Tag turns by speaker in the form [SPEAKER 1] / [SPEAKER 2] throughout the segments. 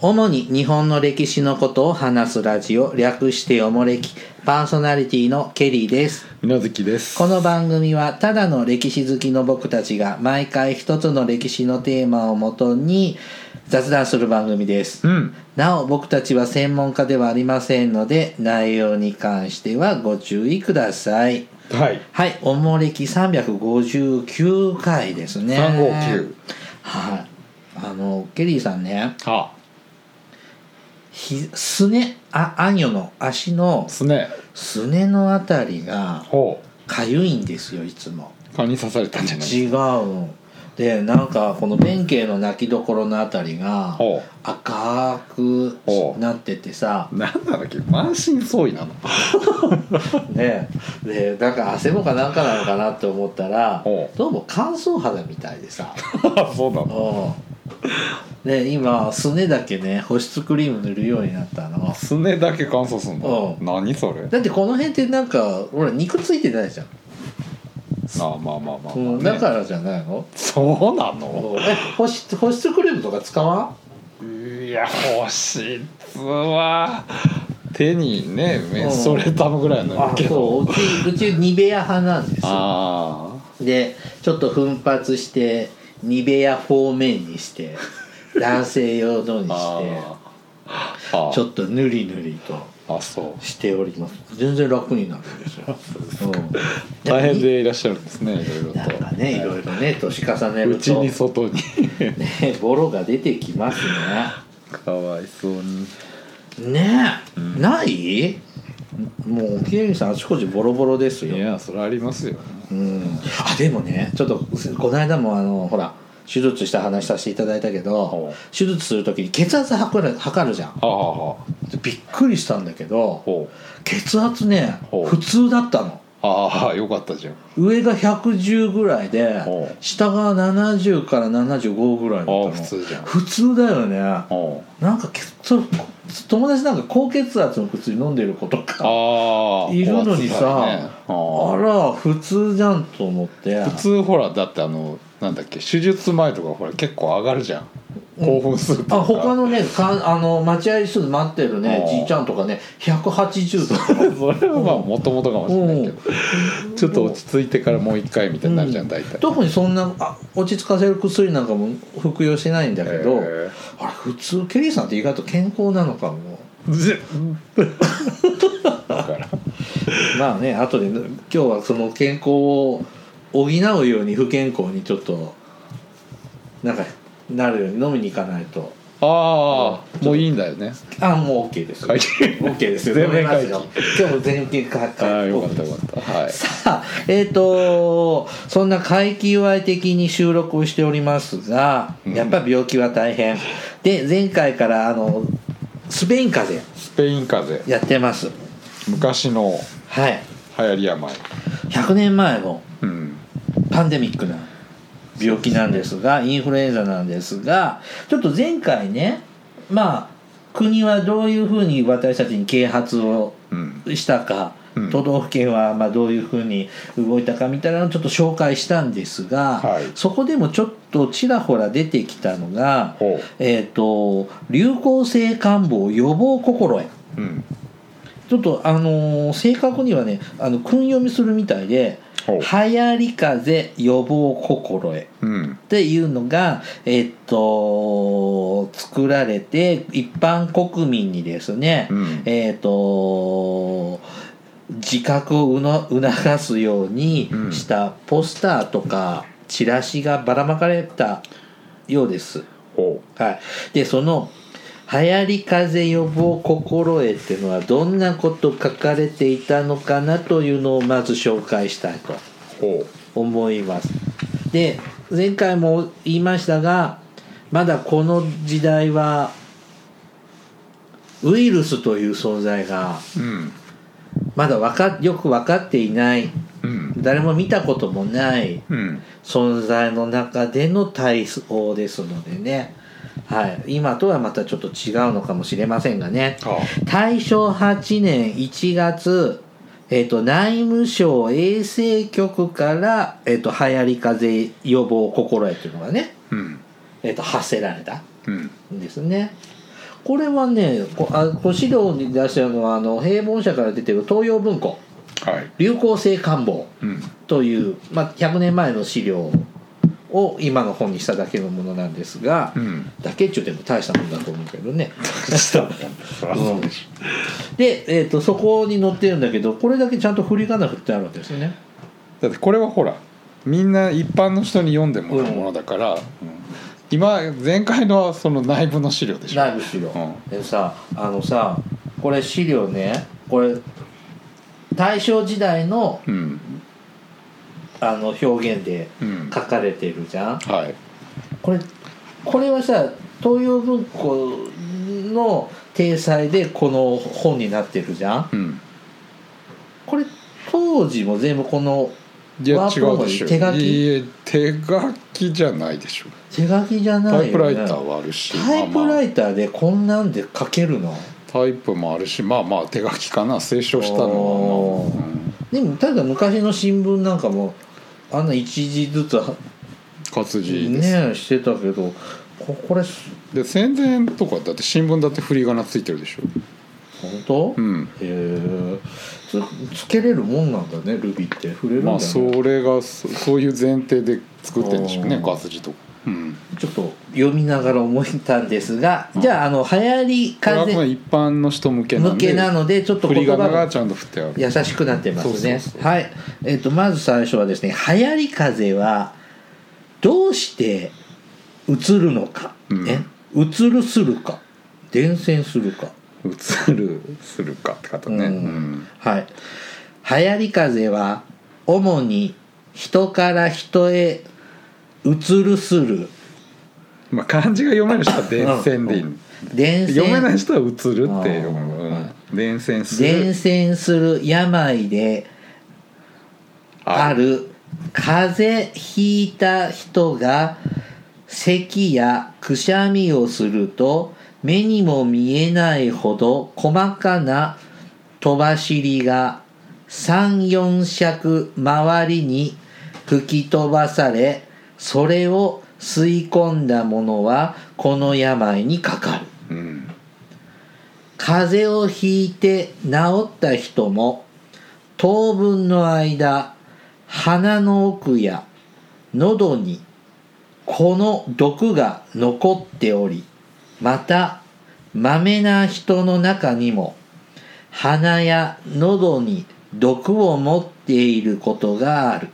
[SPEAKER 1] 主に日本の歴史のことを話すラジオ略しておもれきパーソナリティのケリーです
[SPEAKER 2] みのずきです
[SPEAKER 1] この番組はただの歴史好きの僕たちが毎回一つの歴史のテーマをもとに雑談する番組です、
[SPEAKER 2] うん
[SPEAKER 1] なお僕たちは専門家ではありませんので内容に関してはご注意ください
[SPEAKER 2] はい
[SPEAKER 1] はいおもれき359回ですね
[SPEAKER 2] 359
[SPEAKER 1] はいあのケリーさんね
[SPEAKER 2] は
[SPEAKER 1] ひすねああんよの足の
[SPEAKER 2] すね
[SPEAKER 1] すねのあたりが
[SPEAKER 2] ほ
[SPEAKER 1] かゆいんですよいつも
[SPEAKER 2] う蚊に刺されたんじゃない
[SPEAKER 1] 違うでなんかこの弁慶の泣きどころのあたりが
[SPEAKER 2] ほ
[SPEAKER 1] 赤く
[SPEAKER 2] ほう
[SPEAKER 1] なっててさ
[SPEAKER 2] うなんだっけ満身創痍なの
[SPEAKER 1] ねでなんか汗もかなんかなのかなって思ったら
[SPEAKER 2] ほう
[SPEAKER 1] どうも乾燥肌みたいでさ
[SPEAKER 2] そうなの
[SPEAKER 1] うんで今すねだけね保湿クリーム塗るようになったの
[SPEAKER 2] すねだけ乾燥すんの
[SPEAKER 1] うん
[SPEAKER 2] 何それ
[SPEAKER 1] だってこの辺ってなんかほら肉ついてないじゃん
[SPEAKER 2] まあまあまあまあ
[SPEAKER 1] うん、
[SPEAKER 2] ね
[SPEAKER 1] だからじゃないの、
[SPEAKER 2] そうなの
[SPEAKER 1] え保湿保湿クリームとか使わ
[SPEAKER 2] いや保湿は手にねメ
[SPEAKER 1] うん
[SPEAKER 2] ンソレータムぐらい
[SPEAKER 1] ん
[SPEAKER 2] のやけ
[SPEAKER 1] そう
[SPEAKER 2] ど
[SPEAKER 1] うちうちニベア派なんですよ
[SPEAKER 2] あ
[SPEAKER 1] でちょっと奮発してニベアフォーメンに して男性用のに
[SPEAKER 2] ーあ
[SPEAKER 1] して
[SPEAKER 2] ーあ
[SPEAKER 1] ち
[SPEAKER 2] ー
[SPEAKER 1] ょっとぬりぬりと
[SPEAKER 2] あそう
[SPEAKER 1] しております全然楽になるんですよ、うん
[SPEAKER 2] 大変でいらっしゃるんですねいろいろと
[SPEAKER 1] なんかねいろいろね年重ね
[SPEAKER 2] う
[SPEAKER 1] る
[SPEAKER 2] ち
[SPEAKER 1] と
[SPEAKER 2] に外に
[SPEAKER 1] ねボロが出てきます
[SPEAKER 2] かわいそうに
[SPEAKER 1] ねねえ、ないもうケイさんあちこちボロボロですよ
[SPEAKER 2] いやそれありますよ
[SPEAKER 1] うんあでもねちょっとこの間もあのほら手術した話させていただいたけど
[SPEAKER 2] ほ
[SPEAKER 1] 手術する時に血圧測る測るじゃん
[SPEAKER 2] はあはあは
[SPEAKER 1] でびっくりしたんだけ
[SPEAKER 2] あ
[SPEAKER 1] ど
[SPEAKER 2] ほう
[SPEAKER 1] 血圧ね
[SPEAKER 2] ほう
[SPEAKER 1] 普通だったの
[SPEAKER 2] ああよかったじゃん
[SPEAKER 1] 上が110ぐらいで
[SPEAKER 2] ほう
[SPEAKER 1] 下が70から75ぐらいだったの
[SPEAKER 2] あ普通じゃん
[SPEAKER 1] 普通だよね
[SPEAKER 2] ほう
[SPEAKER 1] なんか血圧友達なんか高血圧の薬飲んでる子とか
[SPEAKER 2] ああ
[SPEAKER 1] いるのにさ、あ
[SPEAKER 2] あ
[SPEAKER 1] ら普通じゃんと思って
[SPEAKER 2] 普通ほらだってあのなんだっけ手術前とかほら結構上がるじゃん興奮するとか
[SPEAKER 1] あ他のねかあの待合室で待ってるね
[SPEAKER 2] あー
[SPEAKER 1] じいちゃんとかね180とか
[SPEAKER 2] それはまあもともとかもしれないけどちょっと落ち着いてからもう一回みたいになるじゃん大体
[SPEAKER 1] 特にそんなあ落ち着かせる薬なんかも服用してないんだけど、
[SPEAKER 2] へー
[SPEAKER 1] あれ普通ケリーさんって意外と健康なのかも
[SPEAKER 2] ぜだから
[SPEAKER 1] まあねあとで今日はその健康を補うように不健康にちょっとなんかなるように飲みに行かないと
[SPEAKER 2] ああもういいんだよね
[SPEAKER 1] あもう OK です
[SPEAKER 2] 会計
[SPEAKER 1] OK ですよ
[SPEAKER 2] 全面
[SPEAKER 1] 飲めます
[SPEAKER 2] 会
[SPEAKER 1] よ
[SPEAKER 2] 議
[SPEAKER 1] 今日も全面会
[SPEAKER 2] あ
[SPEAKER 1] 議
[SPEAKER 2] あよかったよかったはい
[SPEAKER 1] さあえっ、とそんな皆既祝い的に収録をしておりますがやっぱ病気は大変、で前回からあのスペイン風邪
[SPEAKER 2] スペイン風邪
[SPEAKER 1] やってます
[SPEAKER 2] 昔の
[SPEAKER 1] はい
[SPEAKER 2] 流行り病
[SPEAKER 1] 100年前の
[SPEAKER 2] うん
[SPEAKER 1] パンデミックな病気なんですがインフルエンザなんですがちょっと前回ねまあ国はどういうふうに私たちに啓発を
[SPEAKER 2] うん
[SPEAKER 1] したか、
[SPEAKER 2] うん
[SPEAKER 1] 都道府県はまあどういうふうに動いたかみたいなのをちょっと紹介したんですが、
[SPEAKER 2] はい
[SPEAKER 1] そこでもちょっとちらほら出てきたのが
[SPEAKER 2] ほう、
[SPEAKER 1] えー、と流行性感冒予防心得
[SPEAKER 2] うん
[SPEAKER 1] ちょっとあのー正確にはねあの訓読みするみたいで「流
[SPEAKER 2] ほう
[SPEAKER 1] 行り風邪予防心得」
[SPEAKER 2] うん
[SPEAKER 1] っていうのが、えっと、作られて、一般国民にですね、
[SPEAKER 2] うん
[SPEAKER 1] えっと、自覚をうの促すように
[SPEAKER 2] うん
[SPEAKER 1] したポスターとか、チラシがばらまかれたようです。
[SPEAKER 2] ほ
[SPEAKER 1] はい。で、その、流行り風邪予防心得っていうのはどんなこと書かれていたのかなというのをまず紹介したいと。
[SPEAKER 2] うほ
[SPEAKER 1] 思いますで前回も言いましたがまだこの時代はウイルスという存在が
[SPEAKER 2] ううん
[SPEAKER 1] まだわかよく分かっていない
[SPEAKER 2] うん
[SPEAKER 1] 誰も見たこともない
[SPEAKER 2] うん
[SPEAKER 1] 存在の中での対応ですのでね、はい、今とはまたちょっと違うのかもしれませんがね
[SPEAKER 2] あ
[SPEAKER 1] 大正8年1月、えっと内務省衛生局から、えっと流行り風邪予防心得というのがね、
[SPEAKER 2] うん
[SPEAKER 1] えっと発せられた
[SPEAKER 2] うん
[SPEAKER 1] んですね。これはねこあこ資料に出してるのはあの平凡社から出てる東洋文庫
[SPEAKER 2] はい
[SPEAKER 1] 流行性官房
[SPEAKER 2] うん
[SPEAKER 1] という、まあ、100年前の資料を今の本にしただけのものなんですが、
[SPEAKER 2] うん
[SPEAKER 1] だけっちゅうても大したもんだと思うけどね
[SPEAKER 2] したもんそらそうでし
[SPEAKER 1] で、えー、とそこに載ってるんだけどこれだけちゃんと振り仮名振ってあるんですよね
[SPEAKER 2] ょだってこれはほらみんな一般の人に読んでもらうものだから、うん今前回のはその内部の資料でしょ
[SPEAKER 1] 内部資料、
[SPEAKER 2] う
[SPEAKER 1] でさあのさこれ資料ねこれ大正時代の
[SPEAKER 2] うん
[SPEAKER 1] あの表現で
[SPEAKER 2] うん
[SPEAKER 1] 書かれてるじゃん、
[SPEAKER 2] はい
[SPEAKER 1] これこれはさ東洋文庫の体裁でこの本になってるじゃん
[SPEAKER 2] うん
[SPEAKER 1] これ当時も全部この
[SPEAKER 2] いや
[SPEAKER 1] ワ
[SPEAKER 2] 違
[SPEAKER 1] ープロ
[SPEAKER 2] う
[SPEAKER 1] も
[SPEAKER 2] でしょ
[SPEAKER 1] 手書き
[SPEAKER 2] いいえ手書きじゃないでしょ
[SPEAKER 1] 手書きじゃないよ、
[SPEAKER 2] タ
[SPEAKER 1] ね、
[SPEAKER 2] イプライターはあるし
[SPEAKER 1] タイプ
[SPEAKER 2] まあ
[SPEAKER 1] ラ
[SPEAKER 2] まあ
[SPEAKER 1] イターでこんなんで書けるの
[SPEAKER 2] タイプもあるしまあまあ手書きかな清書したの
[SPEAKER 1] お
[SPEAKER 2] は、まあうん
[SPEAKER 1] でもただ昔の新聞なんかもあんな一字ずつは
[SPEAKER 2] 活字です、
[SPEAKER 1] ねしてたけどここれす
[SPEAKER 2] で宣伝とかだって新聞だって振り仮名ついてるでしょ
[SPEAKER 1] 本当、
[SPEAKER 2] う
[SPEAKER 1] へ
[SPEAKER 2] ん
[SPEAKER 1] えつつけれるもんなんだねルビーって触れるんだ、ね
[SPEAKER 2] まあそれがそそういう前提で作ってるんでしょうね
[SPEAKER 1] おー
[SPEAKER 2] 活字とかうん
[SPEAKER 1] ちょっと読みながら思ったんですが、じゃああの流行り
[SPEAKER 2] これは
[SPEAKER 1] 風
[SPEAKER 2] まあ一般の人向けなん
[SPEAKER 1] 向け
[SPEAKER 2] で
[SPEAKER 1] なのでちょっと
[SPEAKER 2] 振り
[SPEAKER 1] 言葉
[SPEAKER 2] 仮名が
[SPEAKER 1] が
[SPEAKER 2] ちゃんと振ってある
[SPEAKER 1] 優しくなってますね
[SPEAKER 2] そうそう
[SPEAKER 1] はい、えっとまず最初はですね「流行り風はどうして映るのか」
[SPEAKER 2] うん
[SPEAKER 1] ね「映るするか」「伝染するか」
[SPEAKER 2] 映るするかって方ね、
[SPEAKER 1] う
[SPEAKER 2] うんん
[SPEAKER 1] はい流行り風は主に人から人へ移るする
[SPEAKER 2] まあ漢字が読める人は伝染でいい、
[SPEAKER 1] うん伝染
[SPEAKER 2] 読めない人は映るって読む、
[SPEAKER 1] う
[SPEAKER 2] うんん、伝染す
[SPEAKER 1] 伝
[SPEAKER 2] る
[SPEAKER 1] 染する病である風邪ひいた人が咳やくしゃみをすると目にも見えないほど細かな飛ばしりが34尺周りに吹き飛ばされそれを吸い込んだ者はこの病にかかる。
[SPEAKER 2] うん
[SPEAKER 1] 風邪をひいて治った人も当分の間鼻の奥や喉にこの毒が残っておりまたまめな人の中にも鼻や喉に毒を持っていることがある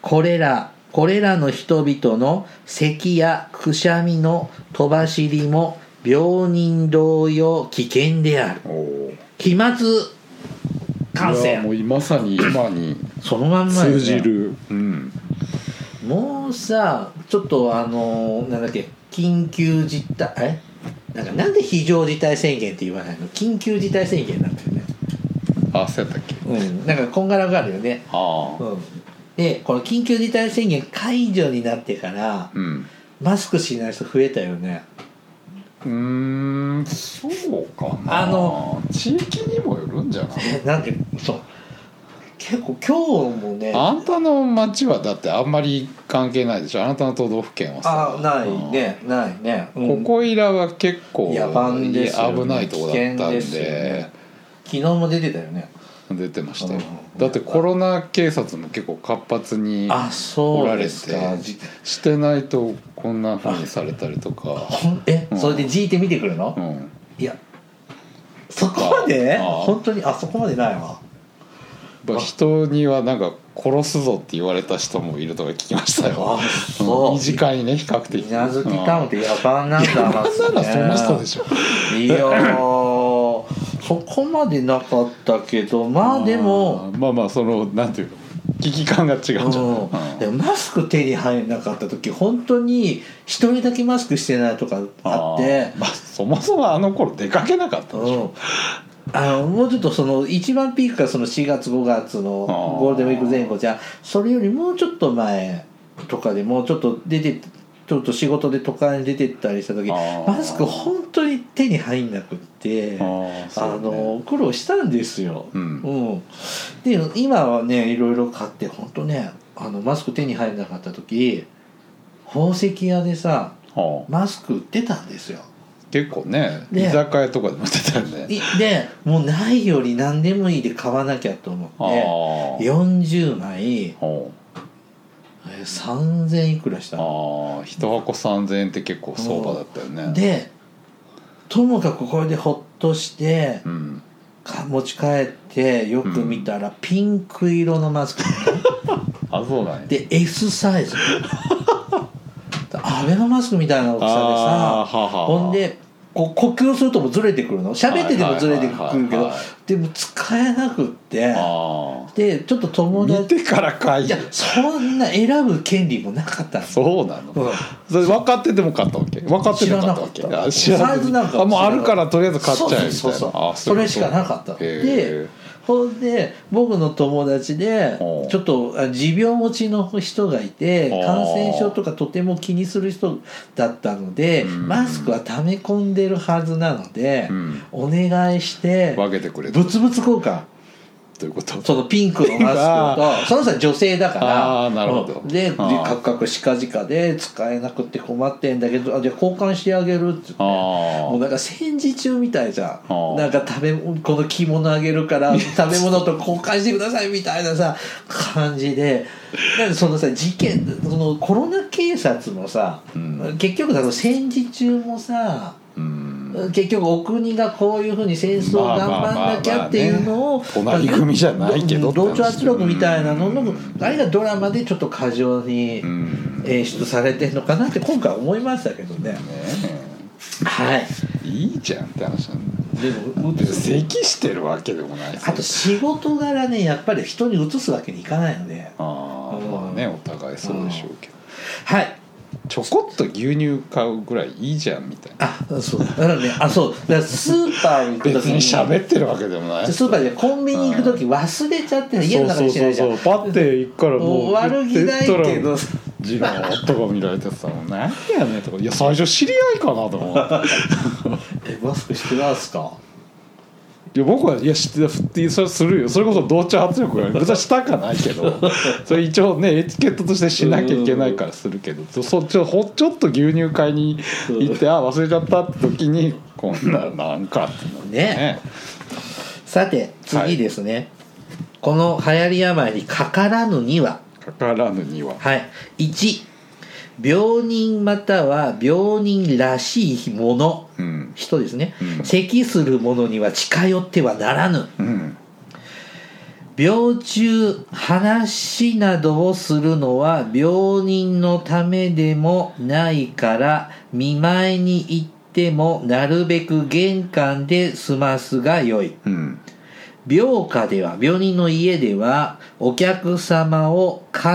[SPEAKER 1] これらこれらの人々の咳やくしゃみの飛ばしりも病人同様危険である
[SPEAKER 2] おお
[SPEAKER 1] 飛沫感
[SPEAKER 2] いやも
[SPEAKER 1] 染
[SPEAKER 2] うまさに今に
[SPEAKER 1] そのまんまよね
[SPEAKER 2] 通じる、うん、
[SPEAKER 1] もうさちょっとあのーなんだっけ緊急事態えなんかなんで非常事態宣言って言わないの緊急事態宣言なんだよね
[SPEAKER 2] あそうやったっけ
[SPEAKER 1] うんなんかこんがらがるよね
[SPEAKER 2] あ
[SPEAKER 1] う
[SPEAKER 2] あ
[SPEAKER 1] んでこの緊急事態宣言解除になってから
[SPEAKER 2] うん
[SPEAKER 1] マスクしない人増えたよね
[SPEAKER 2] うーんそうかな
[SPEAKER 1] あの
[SPEAKER 2] 地域にもよるんじゃない
[SPEAKER 1] えなんかそう結構今日もね
[SPEAKER 2] あんたの町はだってあんまり関係ないでしょあなたの都道府県はさ
[SPEAKER 1] あないねないね、う
[SPEAKER 2] こ
[SPEAKER 1] ん
[SPEAKER 2] こいらは結構
[SPEAKER 1] 野蛮ですよね
[SPEAKER 2] 危ないとこだったん
[SPEAKER 1] 危険
[SPEAKER 2] で
[SPEAKER 1] ですよね昨日も出てたよね
[SPEAKER 2] 出てましたよ
[SPEAKER 1] うん
[SPEAKER 2] だってコロナ警察も結構活発に
[SPEAKER 1] あ
[SPEAKER 2] お
[SPEAKER 1] そ
[SPEAKER 2] ら
[SPEAKER 1] う
[SPEAKER 2] れ
[SPEAKER 1] で
[SPEAKER 2] て
[SPEAKER 1] すかじ
[SPEAKER 2] してないとこんなふうにされたりとか
[SPEAKER 1] ほんえ、
[SPEAKER 2] うん
[SPEAKER 1] それでじいて見てくるの、
[SPEAKER 2] うん
[SPEAKER 1] いやそこまで
[SPEAKER 2] ああ
[SPEAKER 1] 本当にあそこまでないわ
[SPEAKER 2] まあ人にはなんか殺すぞって言われた人もいるとか聞きましたよ
[SPEAKER 1] あそう
[SPEAKER 2] 短いね比較的
[SPEAKER 1] 稲月タウンって野蛮なんだな
[SPEAKER 2] うんなんならそんな人で
[SPEAKER 1] ょ
[SPEAKER 2] しょ
[SPEAKER 1] いやーそこまでなかったけどまあでも
[SPEAKER 2] うんまあまあそのなんていうの危機感が違うんじゃない、
[SPEAKER 1] うん、でもマスク手に入らなかった時本当に一人だけマスクしてないとかあって
[SPEAKER 2] ーまあ、そもそもあの頃出かけなかったでし
[SPEAKER 1] う
[SPEAKER 2] ょ、
[SPEAKER 1] ん、あのもうちょっとその一番ピークがその4月5月の
[SPEAKER 2] あー
[SPEAKER 1] ゴールデンウィーク前後じゃそれよりもうちょっと前とかでもうちょっと出てちょっと仕事で都会に出てったりした時
[SPEAKER 2] あー
[SPEAKER 1] マスク本当に手に入んなくってあ
[SPEAKER 2] ああそうね
[SPEAKER 1] の苦労したんですよ。
[SPEAKER 2] うん
[SPEAKER 1] うん、で今はねいろいろ買って本当ねあのマスク手に入んなかった時宝石屋でさ
[SPEAKER 2] は
[SPEAKER 1] マスク売ってたんですよ。
[SPEAKER 2] あ結構ね居
[SPEAKER 1] で
[SPEAKER 2] 酒屋とかでも売ってたよね
[SPEAKER 1] いでもうないより何でもいいで買わなきゃと思
[SPEAKER 2] ああ
[SPEAKER 1] って40枚
[SPEAKER 2] ほう
[SPEAKER 1] えー3000いくらしたの
[SPEAKER 2] ああ一箱3,000円って結構相場だったよね
[SPEAKER 1] でともかくこれでほっとして
[SPEAKER 2] うん
[SPEAKER 1] か持ち帰ってよく見たらピンク色のマスク
[SPEAKER 2] あそうなんや
[SPEAKER 1] で S サ イズアベノマスクみたいな大きさで
[SPEAKER 2] あ
[SPEAKER 1] さ
[SPEAKER 2] ーはあはあ
[SPEAKER 1] ほんでこう呼吸するともずれてくるの喋っててもずれて
[SPEAKER 2] はい
[SPEAKER 1] く
[SPEAKER 2] はい
[SPEAKER 1] るけ
[SPEAKER 2] はい
[SPEAKER 1] ど
[SPEAKER 2] はい
[SPEAKER 1] でも使えなくって
[SPEAKER 2] ああ
[SPEAKER 1] でちょっと友
[SPEAKER 2] 見
[SPEAKER 1] 達
[SPEAKER 2] てから買い
[SPEAKER 1] いやそんな選ぶ権利もなかったんです
[SPEAKER 2] そうなの、
[SPEAKER 1] うん
[SPEAKER 2] それ分かってても買ったわけ分かってなかったわけ
[SPEAKER 1] 知らなかった
[SPEAKER 2] あ知らずに
[SPEAKER 1] サイズなんか
[SPEAKER 2] あもうあるからとりあえず買っちゃえみたいな
[SPEAKER 1] そうそうそうそう
[SPEAKER 2] あ
[SPEAKER 1] それしかなかったでほんで僕の友達で
[SPEAKER 2] おう
[SPEAKER 1] ちょっとあ持病持ちの人がいて
[SPEAKER 2] あー
[SPEAKER 1] 感染症とかとても気にする人だったので
[SPEAKER 2] うん
[SPEAKER 1] マスクは溜め込んでるはずなので
[SPEAKER 2] うん
[SPEAKER 1] お願いして
[SPEAKER 2] 分けてくれた
[SPEAKER 1] 物々交換
[SPEAKER 2] ということ
[SPEAKER 1] そのピンクのマスクとその人は女性だから
[SPEAKER 2] あーなるほど
[SPEAKER 1] うんでで
[SPEAKER 2] あー
[SPEAKER 1] カクカクしかじかで使えなくて困ってんだけどあじゃあ交換してあげるって言って
[SPEAKER 2] あ
[SPEAKER 1] もうなんか戦時中みたいじゃん
[SPEAKER 2] ー
[SPEAKER 1] なんか食べ物この着物あげる から食べ物と交換してくださいみたいなさ感じでなんかそのさ事件そのコロナ警察もさ、
[SPEAKER 2] うん
[SPEAKER 1] 結局だから戦時中もさ
[SPEAKER 2] あうん
[SPEAKER 1] 結局お国がこういうふうに戦争を頑張んなきゃっていうのを
[SPEAKER 2] まあまあまあまあね隣組じゃないけどって話
[SPEAKER 1] 同調圧力みたいなの
[SPEAKER 2] う
[SPEAKER 1] の
[SPEAKER 2] ん
[SPEAKER 1] あれがドラマでちょっと過剰に
[SPEAKER 2] うんね
[SPEAKER 1] 演出されてるのかなって今回思いましたけどね。はい
[SPEAKER 2] えいいじゃんって話なんだ
[SPEAKER 1] でもうつ
[SPEAKER 2] 咳してるわけでもない
[SPEAKER 1] あと仕事柄ねやっぱり人に移すわけにいかないので
[SPEAKER 2] あーまあねお互いそうでしょうけど
[SPEAKER 1] はい
[SPEAKER 2] ちょこっと牛乳買うぐらいいいじゃんみたいな
[SPEAKER 1] あそうだからねあそうだからスーパー行く
[SPEAKER 2] 別
[SPEAKER 1] 時
[SPEAKER 2] に
[SPEAKER 1] に
[SPEAKER 2] 喋ってるわけでもない
[SPEAKER 1] スーパーでコンビニ行く時忘れちゃって家の中にしてないじゃん
[SPEAKER 2] そうそうそうそうパッて行くからもう
[SPEAKER 1] 悪気ないけど
[SPEAKER 2] ジローとか見られてたもんね何やねんとかいや最初知り合いかなと思って
[SPEAKER 1] えマスクしてますか
[SPEAKER 2] いや僕はいや知ってたそれするよそれこそ同調圧力が別にしたかないけ どそれ一応ねエチケットとしてしなきゃいけないからするけどそそちょほちょっと牛乳買いに行ってあ忘れちゃったって時にこんななんかってなる
[SPEAKER 1] ねさて次ですね、この流行り病にかからぬには
[SPEAKER 2] かからぬには
[SPEAKER 1] はい1病人または病人らしいもの
[SPEAKER 2] うん
[SPEAKER 1] 人ですね、
[SPEAKER 2] うん
[SPEAKER 1] 咳する者には近寄ってはならぬ
[SPEAKER 2] うん
[SPEAKER 1] 病中話などをするのは病人のためでもないから見舞いに行ってもなるべく玄関で済ますがよい
[SPEAKER 2] うん
[SPEAKER 1] 病家では病人の家ではお客様を必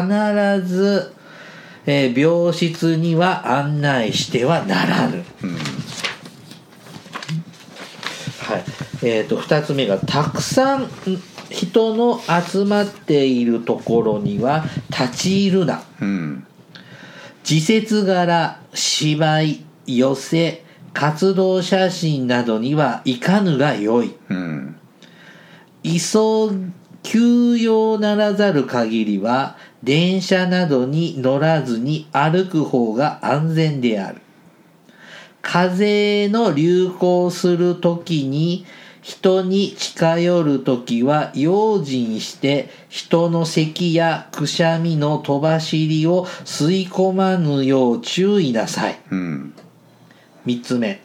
[SPEAKER 1] ず、えー病室には案内してはならぬ、
[SPEAKER 2] うん
[SPEAKER 1] はいえー、と2つ目がたくさんん人の集まっているところには立ち入るな
[SPEAKER 2] うん
[SPEAKER 1] 時節柄芝居寄せ活動写真などには行かぬがよい
[SPEAKER 2] うん
[SPEAKER 1] 急休養ならざる限りは電車などに乗らずに歩く方が安全である風邪の流行する時に人に近寄る時は用心して人の咳やくしゃみの飛ばしりを吸い込まぬよう注意なさい
[SPEAKER 2] うん
[SPEAKER 1] 3つ目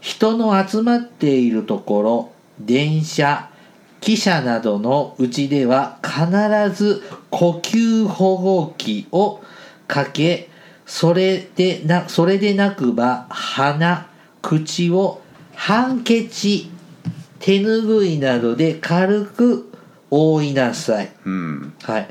[SPEAKER 1] 人の集まっているところ電車汽車などのうちでは必ず呼吸保護器をかけそれでなそれでなくば鼻口をハンケチ手ぬぐいなどで軽く覆いなさい
[SPEAKER 2] うん
[SPEAKER 1] はい。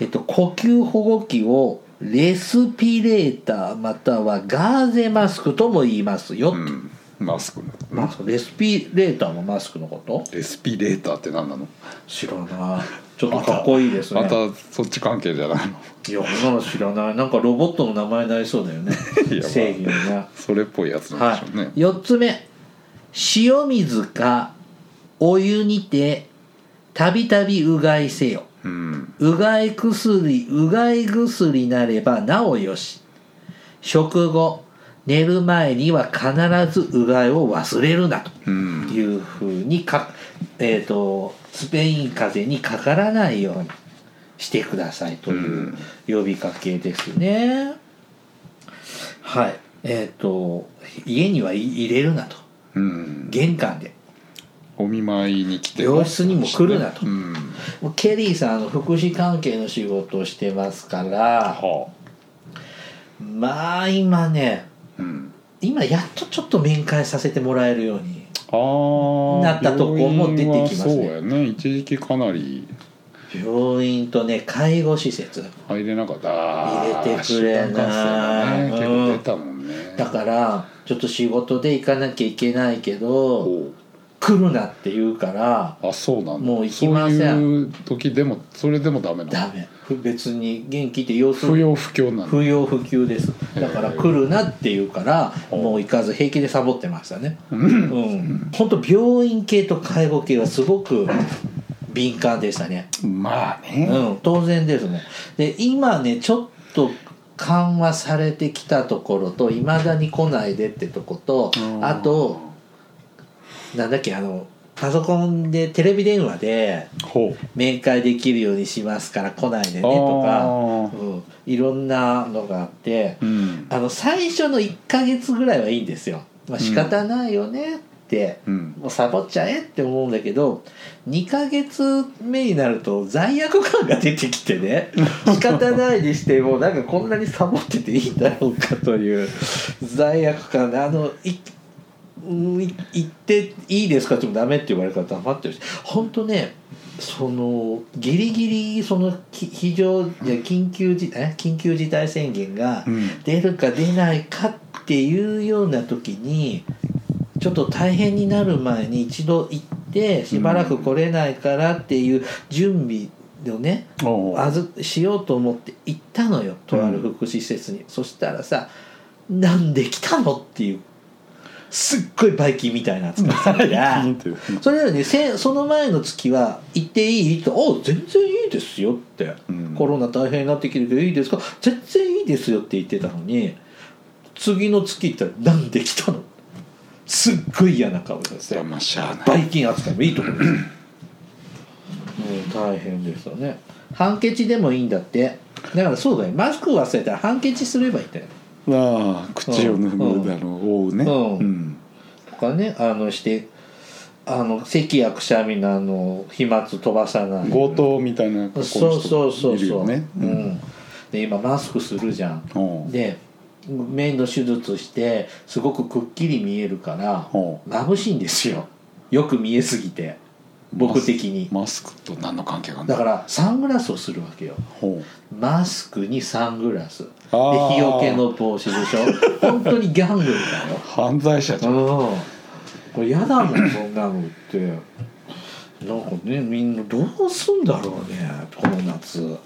[SPEAKER 1] えっと、呼吸保護器をレスピレーターまたはガーゼマスクとも言いますよ。
[SPEAKER 2] うんマスクの
[SPEAKER 1] マスクレスピレーターもマスクのこと
[SPEAKER 2] レスピレーターって何なの
[SPEAKER 1] 知らない。 ちょっとかっこいいですね。
[SPEAKER 2] またそっち関係じゃないの
[SPEAKER 1] いや、そんなの知らない。なんかロボットの名前になりそうだよね
[SPEAKER 2] いや。まあ
[SPEAKER 1] 正義のね。
[SPEAKER 2] それっぽいやつな
[SPEAKER 1] は
[SPEAKER 2] んでしょうね、
[SPEAKER 1] い。4つ目。塩水かお湯にてたびたびうがいせよ。
[SPEAKER 2] うん
[SPEAKER 1] うがい薬うがい薬なればなおよし食後寝る前には必ずうがいを忘れるなと
[SPEAKER 2] うん
[SPEAKER 1] いうふうにか、えー、とスペイン風邪にかからないようにしてくださいという呼びかけですね。はい。えっ、と家にはい入れるなと
[SPEAKER 2] うん
[SPEAKER 1] 玄関で
[SPEAKER 2] お見舞いに来て
[SPEAKER 1] 病室にも来るなと
[SPEAKER 2] うん
[SPEAKER 1] もうケリーさんあの福祉関係の仕事をしてますから
[SPEAKER 2] は
[SPEAKER 1] まあ今ね
[SPEAKER 2] あうん
[SPEAKER 1] 今やっとちょっと面会させてもらえるように
[SPEAKER 2] ああ
[SPEAKER 1] なったとこも出てきますね
[SPEAKER 2] そうやね一時期かなり
[SPEAKER 1] 病院とね介護施設
[SPEAKER 2] 入れなかった
[SPEAKER 1] 入れてくれな
[SPEAKER 2] 集団感染がね結構出たもんね
[SPEAKER 1] だからちょっと仕事で行かなきゃいけないけど
[SPEAKER 2] おう
[SPEAKER 1] 来るなって言うから
[SPEAKER 2] あそうなんだ
[SPEAKER 1] もう行きません
[SPEAKER 2] そういう時でもそれでもダメな
[SPEAKER 1] ダ
[SPEAKER 2] の
[SPEAKER 1] メ別に元気って様子
[SPEAKER 2] 不要不急なんだ
[SPEAKER 1] 不要不急ですだから来るなって言うから
[SPEAKER 2] へえ
[SPEAKER 1] もう行かず平気でサボってましたね
[SPEAKER 2] うん
[SPEAKER 1] うん本当病院系と介護系はすごく敏感でしたね
[SPEAKER 2] まあね、
[SPEAKER 1] うん当然ですねで今ねちょっと緩和されてきたところといまだに来ないでってとこと
[SPEAKER 2] うん
[SPEAKER 1] あとなんだっけあのパソコンでテレビ電話で
[SPEAKER 2] ほう
[SPEAKER 1] 面会できるようにしますから来ないでねと
[SPEAKER 2] あ
[SPEAKER 1] か、
[SPEAKER 2] ー
[SPEAKER 1] うん、いろんなのがあって
[SPEAKER 2] うん
[SPEAKER 1] あの最初の1ヶ月ぐらいはいいんですよ、まあ、仕方ないよねって、
[SPEAKER 2] うん
[SPEAKER 1] もうサボっちゃえって思うんだけど2ヶ月目になると罪悪感が出てきて ね仕方ないにしてもなんかこんなにサボってていいんだろうかという罪悪感あのいうんい行っていいですかってもダメって言われるから黙ってるし本当ねそのギリギリそのき非常じゃ緊急事え緊急事態宣言が
[SPEAKER 2] うん
[SPEAKER 1] 出るか出ないかっていうような時にちょっと大変になる前に一度行ってしばらく来れないからっていう準備をね
[SPEAKER 2] おう
[SPEAKER 1] あずしようと思って行ったのよとある福祉施設に、そしたらさ「なんで来たの?」っていうすっごいバイキンみたいな扱いされてそれよりねせその前の月は「行っていい?」と「あ全然いいですよ」って、
[SPEAKER 2] うん
[SPEAKER 1] コロナ大変になってきてるけどいいですか?」「全然いいですよ」って言ってたのに次の月行ったら「なんで来たの?」すっごい嫌な顔です
[SPEAKER 2] それはまあしゃあな
[SPEAKER 1] バ
[SPEAKER 2] い
[SPEAKER 1] イキン扱いもいいと思いますもう大変でしたねハンケチでもいいんだってだからそうだよマスク忘れたらハンケチすればいいんだよ
[SPEAKER 2] ああ口を拭うだろう、覆うね、
[SPEAKER 1] うん
[SPEAKER 2] うん
[SPEAKER 1] とかねあのしてあの咳やくしゃみのあの飛沫飛ばさない
[SPEAKER 2] 強盗みたいな格好の人
[SPEAKER 1] そうそうそう
[SPEAKER 2] いる
[SPEAKER 1] そ
[SPEAKER 2] よ
[SPEAKER 1] う、
[SPEAKER 2] ね
[SPEAKER 1] う、ん、で今マスクするじゃん
[SPEAKER 2] おう
[SPEAKER 1] で目の手術してすごくくっきり見えるから
[SPEAKER 2] おう
[SPEAKER 1] 眩しいんですよよく見えすぎて僕的に
[SPEAKER 2] マスクと何の関係があるん
[SPEAKER 1] だからサングラスをするわけよ
[SPEAKER 2] ほう
[SPEAKER 1] マスクにサングラスで
[SPEAKER 2] あー
[SPEAKER 1] 日よけの帽子 でしょ本当にギャングだよ
[SPEAKER 2] 犯罪者じゃん
[SPEAKER 1] うんこれ嫌だもんそんなのってなんかねみんなどうすんだろうねこの夏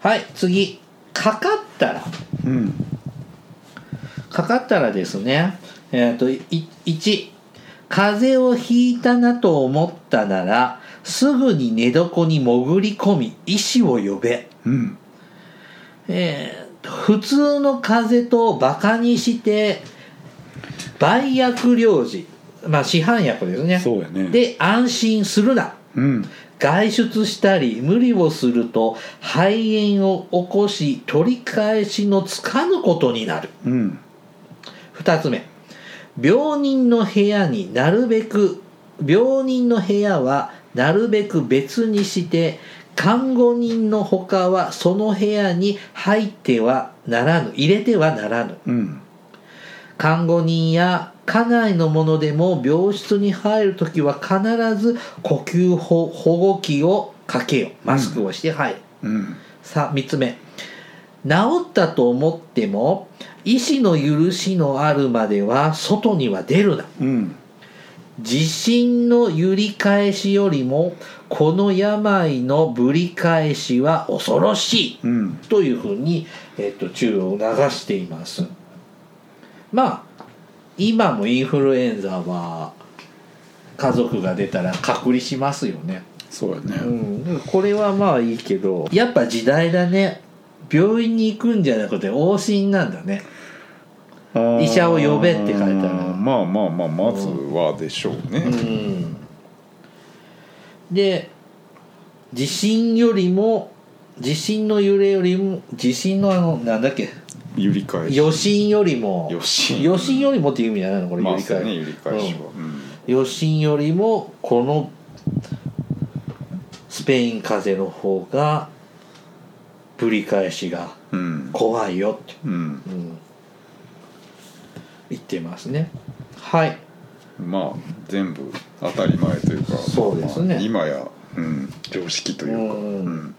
[SPEAKER 1] はい次かかったら
[SPEAKER 2] うん
[SPEAKER 1] かかったらですねえっ、とい1風邪をひいたなと思ったならすぐに寝床に潜り込み医師を呼べ
[SPEAKER 2] うん
[SPEAKER 1] えー普通の風邪とバカにして売薬療治まあ市販薬ですね
[SPEAKER 2] そうやね
[SPEAKER 1] で安心するな
[SPEAKER 2] うん
[SPEAKER 1] 外出したり無理をすると肺炎を起こし取り返しのつかぬことになる
[SPEAKER 2] うん
[SPEAKER 1] 2つ目病人の部屋になるべく病人の部屋はなるべく別にして看護人のほかはその部屋に入ってはならぬ入れてはならぬ
[SPEAKER 2] うん
[SPEAKER 1] 看護人や家内のものでも病室に入るときは必ず呼吸保保護器をかけよマスクをして入る、
[SPEAKER 2] うん
[SPEAKER 1] さあ3つ目治ったと思っても医師の許しのあるまでは外には出るな
[SPEAKER 2] うん
[SPEAKER 1] 地震の揺り返しよりもこの病のぶり返しは恐ろしい
[SPEAKER 2] うん
[SPEAKER 1] というふうに、えっと注意を促していますまあ今もインフルエンザは家族が出たら隔離しますよね
[SPEAKER 2] そうやね、
[SPEAKER 1] うん、これはまあいいけどやっぱ時代だね病院に行くんじゃなくて往診なんだね医者を呼べって書いてある
[SPEAKER 2] まあまあまあまずはでしょうね、
[SPEAKER 1] うんで地震よりも地震の揺れよりも地震のあのなんだっけ
[SPEAKER 2] 揺り返し
[SPEAKER 1] 余震よりも
[SPEAKER 2] 余震
[SPEAKER 1] 余震よりもっていう意味じゃないのこれ
[SPEAKER 2] ま
[SPEAKER 1] 揺
[SPEAKER 2] あ
[SPEAKER 1] り
[SPEAKER 2] そう
[SPEAKER 1] 返
[SPEAKER 2] だ
[SPEAKER 1] し、
[SPEAKER 2] ね揺り返しは、うん
[SPEAKER 1] 余震よりもこのスペイン風邪の方がぶり返しが
[SPEAKER 2] うん
[SPEAKER 1] 怖いよって、
[SPEAKER 2] うん
[SPEAKER 1] うん、言ってますねはい
[SPEAKER 2] まあ全部当たり前というか
[SPEAKER 1] そうですね
[SPEAKER 2] まあ今や、うん、常識というか、
[SPEAKER 1] うん
[SPEAKER 2] うん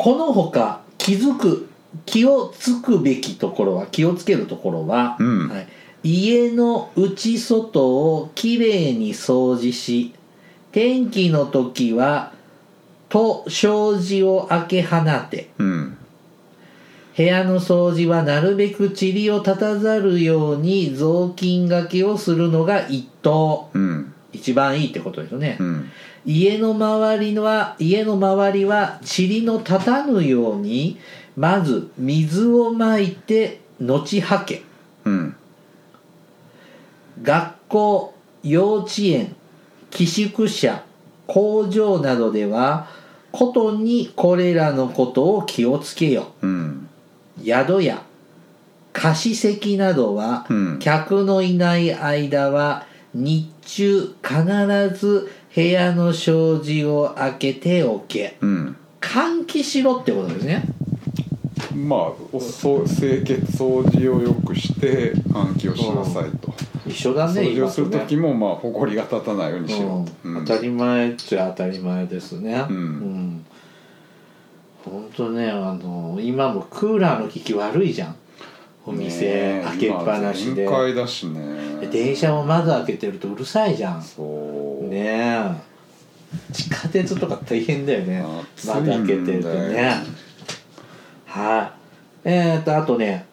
[SPEAKER 1] このほか気づく気をつくべきところは気をつけるところは、
[SPEAKER 2] うん
[SPEAKER 1] はい、家の内外をきれいに掃除し天気の時はと障子を開け放て
[SPEAKER 2] うん
[SPEAKER 1] 部屋の掃除はなるべく塵を立たざるように雑巾がけをするのが一等
[SPEAKER 2] うん
[SPEAKER 1] 一番いいってことですよね、
[SPEAKER 2] うん
[SPEAKER 1] 家の周りのは家の周りは塵の立たぬようにまず水をまいて後はけ
[SPEAKER 2] うん
[SPEAKER 1] 学校幼稚園寄宿舎工場などではことにこれらのことを気をつけよ
[SPEAKER 2] うん
[SPEAKER 1] 宿や貸し席などは、
[SPEAKER 2] うん
[SPEAKER 1] 客のいない間は日中必ず部屋の障子を開けておけ
[SPEAKER 2] うん
[SPEAKER 1] 換気しろってことですね
[SPEAKER 2] まあおそう清潔掃除をよくして換気をしなさいと、
[SPEAKER 1] 一緒だね
[SPEAKER 2] 掃除
[SPEAKER 1] 今
[SPEAKER 2] をする時もまあ埃が立たないようにしろと、
[SPEAKER 1] うん、当たり前っちゃ当たり前ですね
[SPEAKER 2] うん
[SPEAKER 1] ん本当ねあの今もクーラーの効き悪いじゃんお店
[SPEAKER 2] ねえ
[SPEAKER 1] 開けっぱなしで
[SPEAKER 2] 今全開だしね
[SPEAKER 1] で電車も窓開けてるとうるさいじゃん
[SPEAKER 2] そう
[SPEAKER 1] ねえ地下鉄とか大変だよね
[SPEAKER 2] 暑い
[SPEAKER 1] 窓
[SPEAKER 2] んだ
[SPEAKER 1] 開
[SPEAKER 2] よ
[SPEAKER 1] けてるとねはいえー、とあとね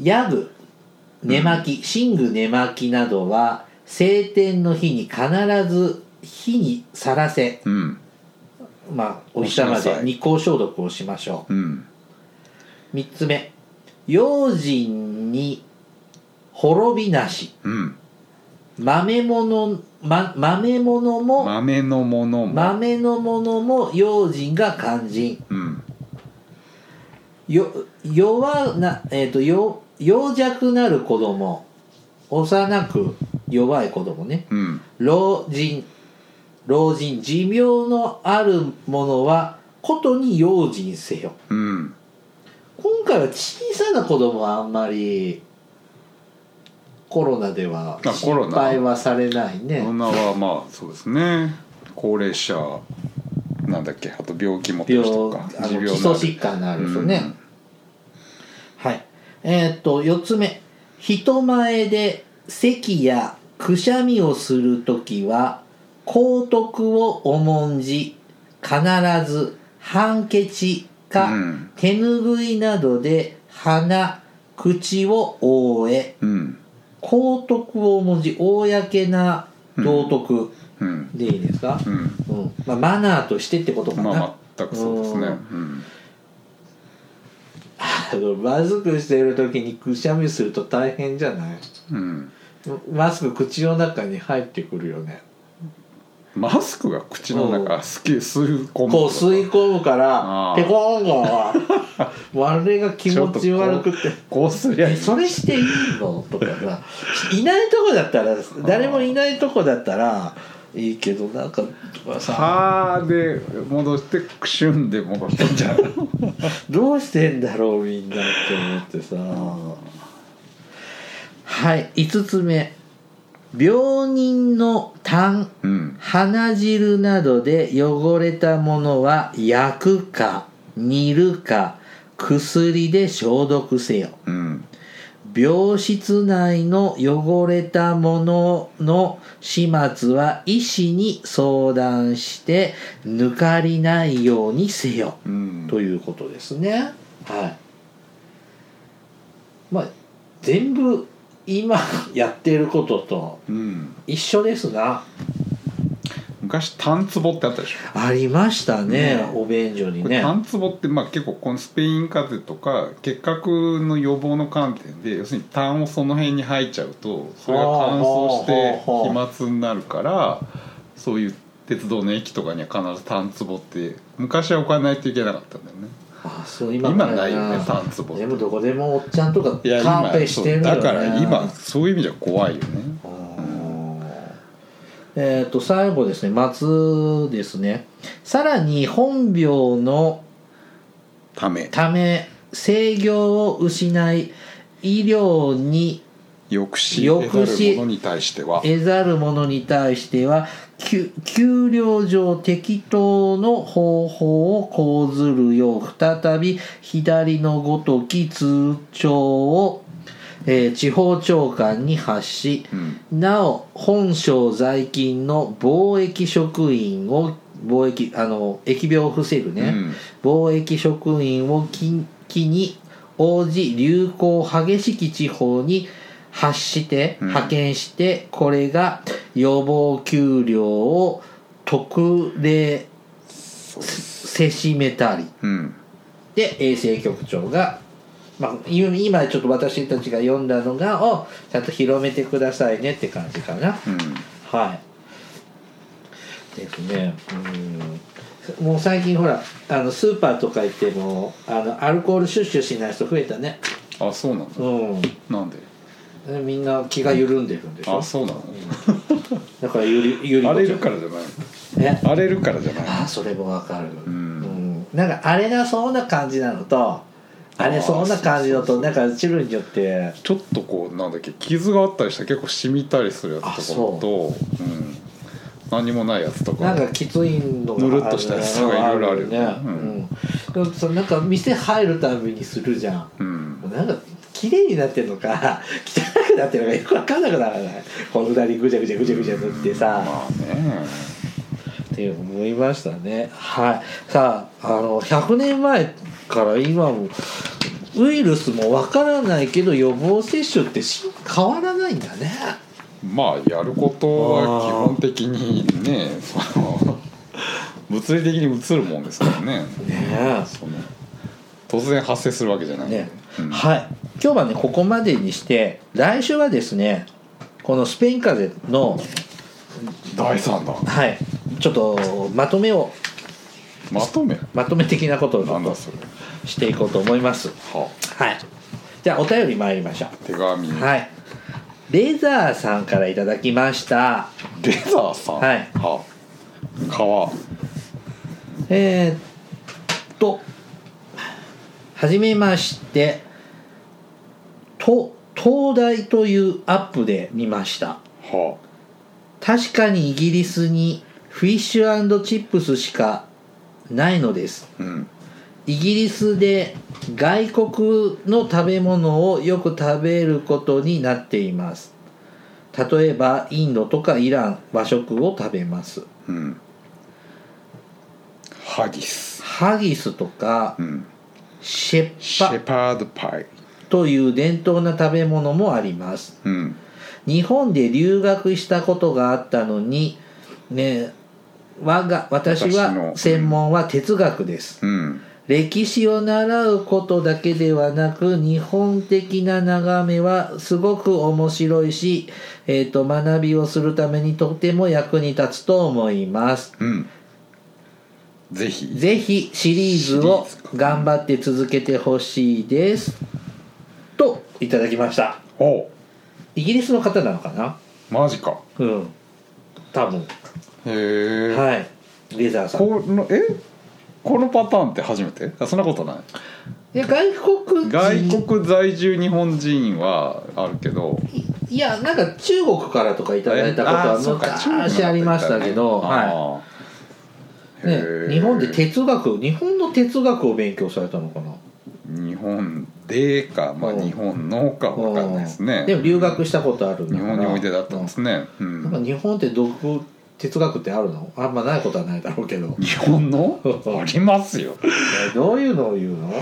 [SPEAKER 1] ヤグ寝巻き寝具寝巻きなどは晴天の日に必ず火にさらせ
[SPEAKER 2] うん
[SPEAKER 1] まあお日様
[SPEAKER 2] 干しな
[SPEAKER 1] で
[SPEAKER 2] さい
[SPEAKER 1] 日光消毒をしましょう
[SPEAKER 2] うん
[SPEAKER 1] 3つ目用心に滅びなし
[SPEAKER 2] うん
[SPEAKER 1] 豆物、ま、豆物も
[SPEAKER 2] 豆のものも、
[SPEAKER 1] 豆のものも用心が肝心
[SPEAKER 2] うん
[SPEAKER 1] よ弱な、えー、とよ弱弱なる子供幼く弱い子供ね
[SPEAKER 2] うん
[SPEAKER 1] 老人老人持病のあるものはことに用心せよ
[SPEAKER 2] うん
[SPEAKER 1] 今回は小さな子供はあんまりコロナでは
[SPEAKER 2] あコロ
[SPEAKER 1] 心
[SPEAKER 2] ナ
[SPEAKER 1] 配はされないね
[SPEAKER 2] 女はまあそうですね高齢者なんだっけあと病気持ってる
[SPEAKER 1] 病
[SPEAKER 2] 人とか
[SPEAKER 1] あの基
[SPEAKER 2] のある
[SPEAKER 1] 礎疾患のある人ね、はい。えーっと、四つ目。人前で咳やくしゃみをするときは、口徳を重んじ、必ずハンケチか、
[SPEAKER 2] うん
[SPEAKER 1] 手ぬぐいなどで鼻、口を覆え、
[SPEAKER 2] うん
[SPEAKER 1] 口徳を重んじ、公な道徳
[SPEAKER 2] うん
[SPEAKER 1] でいいですか、
[SPEAKER 2] うん
[SPEAKER 1] うんまあ、マナーとしてってことかな。
[SPEAKER 2] まあ全くそうですね
[SPEAKER 1] う
[SPEAKER 2] うんん
[SPEAKER 1] あのマスクしてる時にくしゃみすると大変じゃない
[SPEAKER 2] うん
[SPEAKER 1] マスク口の中に入ってくるよね
[SPEAKER 2] マスクが口の中すき吸い込む
[SPEAKER 1] こう吸い込むから
[SPEAKER 2] あー
[SPEAKER 1] ペコーンが我が気持ち悪くて
[SPEAKER 2] こうすりゃい
[SPEAKER 1] え
[SPEAKER 2] い
[SPEAKER 1] それしていいのとかさいないとこだったら誰もいないとこだったらいいけどなんかさ
[SPEAKER 2] はーで戻してクシュンで戻してんじゃん
[SPEAKER 1] どうしてんだろうみんなって思ってさはい5つ目病人の痰
[SPEAKER 2] うん
[SPEAKER 1] 鼻汁などで汚れたものは焼くか煮るか薬で消毒せよ
[SPEAKER 2] うん
[SPEAKER 1] 病室内の汚れたものの始末は医師に相談して抜かりないようにせよ
[SPEAKER 2] うん
[SPEAKER 1] ということですねはいまあ全部今やってることと
[SPEAKER 2] うん
[SPEAKER 1] 一緒ですな
[SPEAKER 2] 昔タンツボってあったでしょ
[SPEAKER 1] ありましたね
[SPEAKER 2] ね
[SPEAKER 1] お便所に
[SPEAKER 2] これ
[SPEAKER 1] ね
[SPEAKER 2] タンツボってまあ結構このスペイン風邪とか結核の予防の観点で要するに痰をその辺に吐いちゃうとそれが乾燥して
[SPEAKER 1] ほうほうほうほ
[SPEAKER 2] 飛沫になるからそういう鉄道の駅とかには必ずタンツボって昔は置かないといけなかったんだよね
[SPEAKER 1] あそう今
[SPEAKER 2] 今ないよねタンツボっ
[SPEAKER 1] で
[SPEAKER 2] て
[SPEAKER 1] もどこでもおっちゃんとか
[SPEAKER 2] いや
[SPEAKER 1] カーペ
[SPEAKER 2] 今
[SPEAKER 1] し
[SPEAKER 2] そ
[SPEAKER 1] てる
[SPEAKER 2] う
[SPEAKER 1] よ、ね、
[SPEAKER 2] だから今そういう意味じゃ怖いよね
[SPEAKER 1] えー、と最後ですね松ですねさらに本病の
[SPEAKER 2] ため
[SPEAKER 1] ため制御を失い医療に
[SPEAKER 2] 抑止
[SPEAKER 1] 抑
[SPEAKER 2] 得た
[SPEAKER 1] 止
[SPEAKER 2] るものに対しては
[SPEAKER 1] 得ざる者に対しては給給料上適当の方法を講ずるよう再び左のごとき通帳を、えー地方長官に発し、
[SPEAKER 2] うん
[SPEAKER 1] なお本省在勤の貿易職員を貿易あの疫病を防ぐね、
[SPEAKER 2] うん
[SPEAKER 1] 貿易職員を機機に応じ流行激しき地方に発して
[SPEAKER 2] うん
[SPEAKER 1] 派遣して、これが予防給料を特例せしめたり
[SPEAKER 2] うん
[SPEAKER 1] で衛生局長が、まあ、今今ちょっと私たちが読んだのがをちゃんと広めてくださいねって感じかな。
[SPEAKER 2] うん
[SPEAKER 1] はい。ですね。うん。もう最近ほら、あのスーパーとか行っても、あのアルコールシュッシュしない人増えたね。
[SPEAKER 2] あそうなんだ
[SPEAKER 1] うん。
[SPEAKER 2] なんで
[SPEAKER 1] みんな気が緩んでるんでしょ。
[SPEAKER 2] あそうなの
[SPEAKER 1] だからゆり、ゆり
[SPEAKER 2] 荒
[SPEAKER 1] こ
[SPEAKER 2] れ
[SPEAKER 1] ちゃ
[SPEAKER 2] る
[SPEAKER 1] ん。
[SPEAKER 2] からじゃない
[SPEAKER 1] ね。
[SPEAKER 2] 荒れるからじゃない
[SPEAKER 1] ああ、それもわかる。
[SPEAKER 2] うん
[SPEAKER 1] うんなんか、あれなそうな感じなのと。あれそうな感じのと、なんか、チルによって。
[SPEAKER 2] ちょっとこうなんだっけ傷があったりしたら結構染みたりするやつとかもとうん、何もないやつとか
[SPEAKER 1] なんかきついのが
[SPEAKER 2] ぬるっとしたやつとかいろいろあるよね
[SPEAKER 1] ね、うんでもさなんか店入るたびにするじゃん
[SPEAKER 2] うん、
[SPEAKER 1] なんか綺麗になってるのか 汚くなってるのかよく分かんなくならないこの二人ぐちゃぐちゃぐちゃぐちゃ塗ってさ、
[SPEAKER 2] まあね
[SPEAKER 1] って思いましたねはいさああの100年前から今もウイルスも分からないけど予防接種ってし変わらないんだね
[SPEAKER 2] まあやることは基本的にねその物理的に映るもんですからね
[SPEAKER 1] ね
[SPEAKER 2] その突然発生するわけじゃないんで
[SPEAKER 1] ね、
[SPEAKER 2] うん
[SPEAKER 1] はい今日はねここまでにして来週はですねこのスペイン風邪の
[SPEAKER 2] 第3弾
[SPEAKER 1] はいちょっとまとめを
[SPEAKER 2] まとめ
[SPEAKER 1] まとめ的なことをちょ
[SPEAKER 2] な
[SPEAKER 1] っ
[SPEAKER 2] ん
[SPEAKER 1] と
[SPEAKER 2] だそれ
[SPEAKER 1] していこうと思います
[SPEAKER 2] は
[SPEAKER 1] はいじゃあお便り参りましょ
[SPEAKER 2] 手紙、
[SPEAKER 1] うはいレザーさんからいただきました
[SPEAKER 2] レザーさん
[SPEAKER 1] はい
[SPEAKER 2] は川
[SPEAKER 1] えー、っとはじめましてと東大というアップで見ました
[SPEAKER 2] は
[SPEAKER 1] 確かにイギリスにフィッシュチップスしかないのです
[SPEAKER 2] うん
[SPEAKER 1] イギリスで外国の食べ物をよく食べることになっています例えばインドとかイラン和食を食べます
[SPEAKER 2] うんハギス、
[SPEAKER 1] ハギスとか
[SPEAKER 2] うん、
[SPEAKER 1] シェ
[SPEAKER 2] シ
[SPEAKER 1] ッ
[SPEAKER 2] ェ
[SPEAKER 1] パ
[SPEAKER 2] パードパイ、
[SPEAKER 1] という伝統な食べ物もあります
[SPEAKER 2] うん、
[SPEAKER 1] 日本で留学したことがあったのに、ね、我が私
[SPEAKER 2] 私
[SPEAKER 1] は
[SPEAKER 2] の
[SPEAKER 1] 専門は哲学です、
[SPEAKER 2] うん
[SPEAKER 1] 歴史を習うことだけではなく日本的な眺めはすごく面白いし、えー、と学びをするためにとても役に立つと思います
[SPEAKER 2] うんぜひ
[SPEAKER 1] ぜひシリーズを頑張って続けてほしいですといただきました
[SPEAKER 2] おう
[SPEAKER 1] イギリスの方なのかな
[SPEAKER 2] マジか
[SPEAKER 1] うん多分
[SPEAKER 2] へえ、
[SPEAKER 1] はい。レザーさん。い
[SPEAKER 2] このえこのパターンって初めてあそんなことない
[SPEAKER 1] や、外国人。
[SPEAKER 2] 外国在住日本人はあるけど
[SPEAKER 1] いや、なんか中国からとかいただいたこと
[SPEAKER 2] あ
[SPEAKER 1] は
[SPEAKER 2] ーそうか
[SPEAKER 1] 昔ありましたけど、
[SPEAKER 2] 中国だっ
[SPEAKER 1] は
[SPEAKER 2] た
[SPEAKER 1] い。
[SPEAKER 2] よねあ
[SPEAKER 1] ね
[SPEAKER 2] ーへ、ー
[SPEAKER 1] 日本で哲学、日本の哲学を勉強されたのかな。
[SPEAKER 2] 日本でか、まあ、
[SPEAKER 1] うん
[SPEAKER 2] 日本のかわかんないですね
[SPEAKER 1] うんでも留学したことあるんだ
[SPEAKER 2] 日
[SPEAKER 1] から
[SPEAKER 2] 本においでだったんですね、
[SPEAKER 1] う
[SPEAKER 2] う
[SPEAKER 1] んなん
[SPEAKER 2] ん、
[SPEAKER 1] か日本って独哲学ってあるのあんまないことはないだろうけど。
[SPEAKER 2] 日本のありますよ
[SPEAKER 1] えどういうのを言うの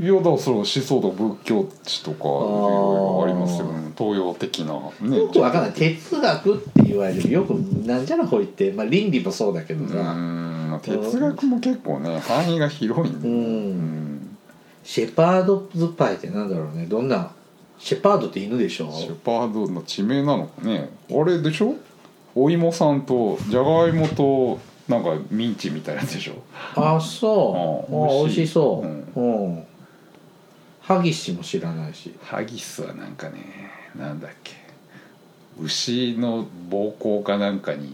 [SPEAKER 2] いやだからそれは思想とか仏教史とかいろいろありますよね東洋的なね
[SPEAKER 1] よくわかんない哲学って言われるよくなんじゃらほいって、まあ、倫理もそうだけど
[SPEAKER 2] う
[SPEAKER 1] さ
[SPEAKER 2] んまあ哲学も結構ね範囲が広いん
[SPEAKER 1] う
[SPEAKER 2] で、うんん、
[SPEAKER 1] シェパードズパイってなんだろうねどんなシェパードって犬でしょ
[SPEAKER 2] シェパードの地名なのかねあれでしょお芋さんとじゃがいもとなんかミンチみたいなやつでしょ
[SPEAKER 1] あそう
[SPEAKER 2] うん
[SPEAKER 1] あ美
[SPEAKER 2] 美味
[SPEAKER 1] 味
[SPEAKER 2] しい
[SPEAKER 1] しそううんハギシも知らないし
[SPEAKER 2] ハギスはなんかねなんだっけ牛の膀胱かなんかに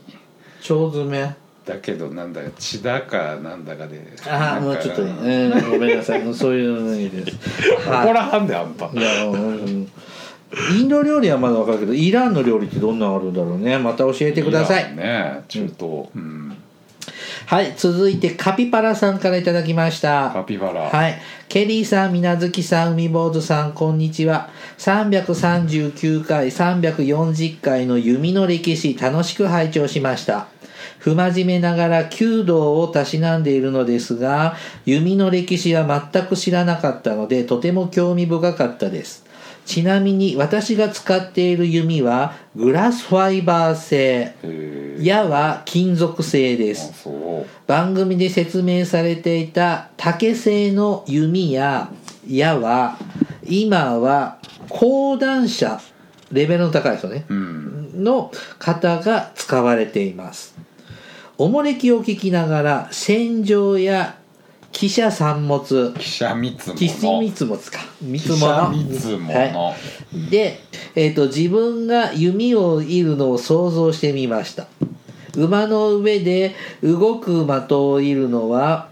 [SPEAKER 1] 腸詰め
[SPEAKER 2] だけどなんだか血だかなんだかで
[SPEAKER 1] ああもうちょっと、うん、ごめんなさいうんそういうのいいです
[SPEAKER 2] 怒らはんであんた
[SPEAKER 1] いやうんインド料理はまだわかるけどイランの料理ってどんなのあるんだろうねまた教えてください
[SPEAKER 2] いね中東、うん、
[SPEAKER 1] はい続いてカピパラさんからいただきました
[SPEAKER 2] カピバラ、
[SPEAKER 1] はい。ケリーさん、みなずきさん、海坊主さん、こんにちは。339回、340回の弓の歴史、楽しく拝聴しました。不真面目ながら弓道をたしなんでいるのですが、弓の歴史は全く知らなかったので、とても興味深かったです。ちなみに私が使っている弓は、グラスファイバー製。
[SPEAKER 2] へえ
[SPEAKER 1] 矢は金属製で
[SPEAKER 2] あ
[SPEAKER 1] す。
[SPEAKER 2] そう
[SPEAKER 1] 番組で説明されていた竹製の弓や矢は今は講談社レベルの高いですよね
[SPEAKER 2] うん
[SPEAKER 1] の方が使われていますおもれきを聞きながら戦場や汽車産物
[SPEAKER 2] 記者密
[SPEAKER 1] 汽車
[SPEAKER 2] 物
[SPEAKER 1] 蜜物か蜜
[SPEAKER 2] 記
[SPEAKER 1] 物
[SPEAKER 2] 者密物、
[SPEAKER 1] はいで、えー、と自分が弓を射るのを想像してみました馬の上で動く的を射るのは、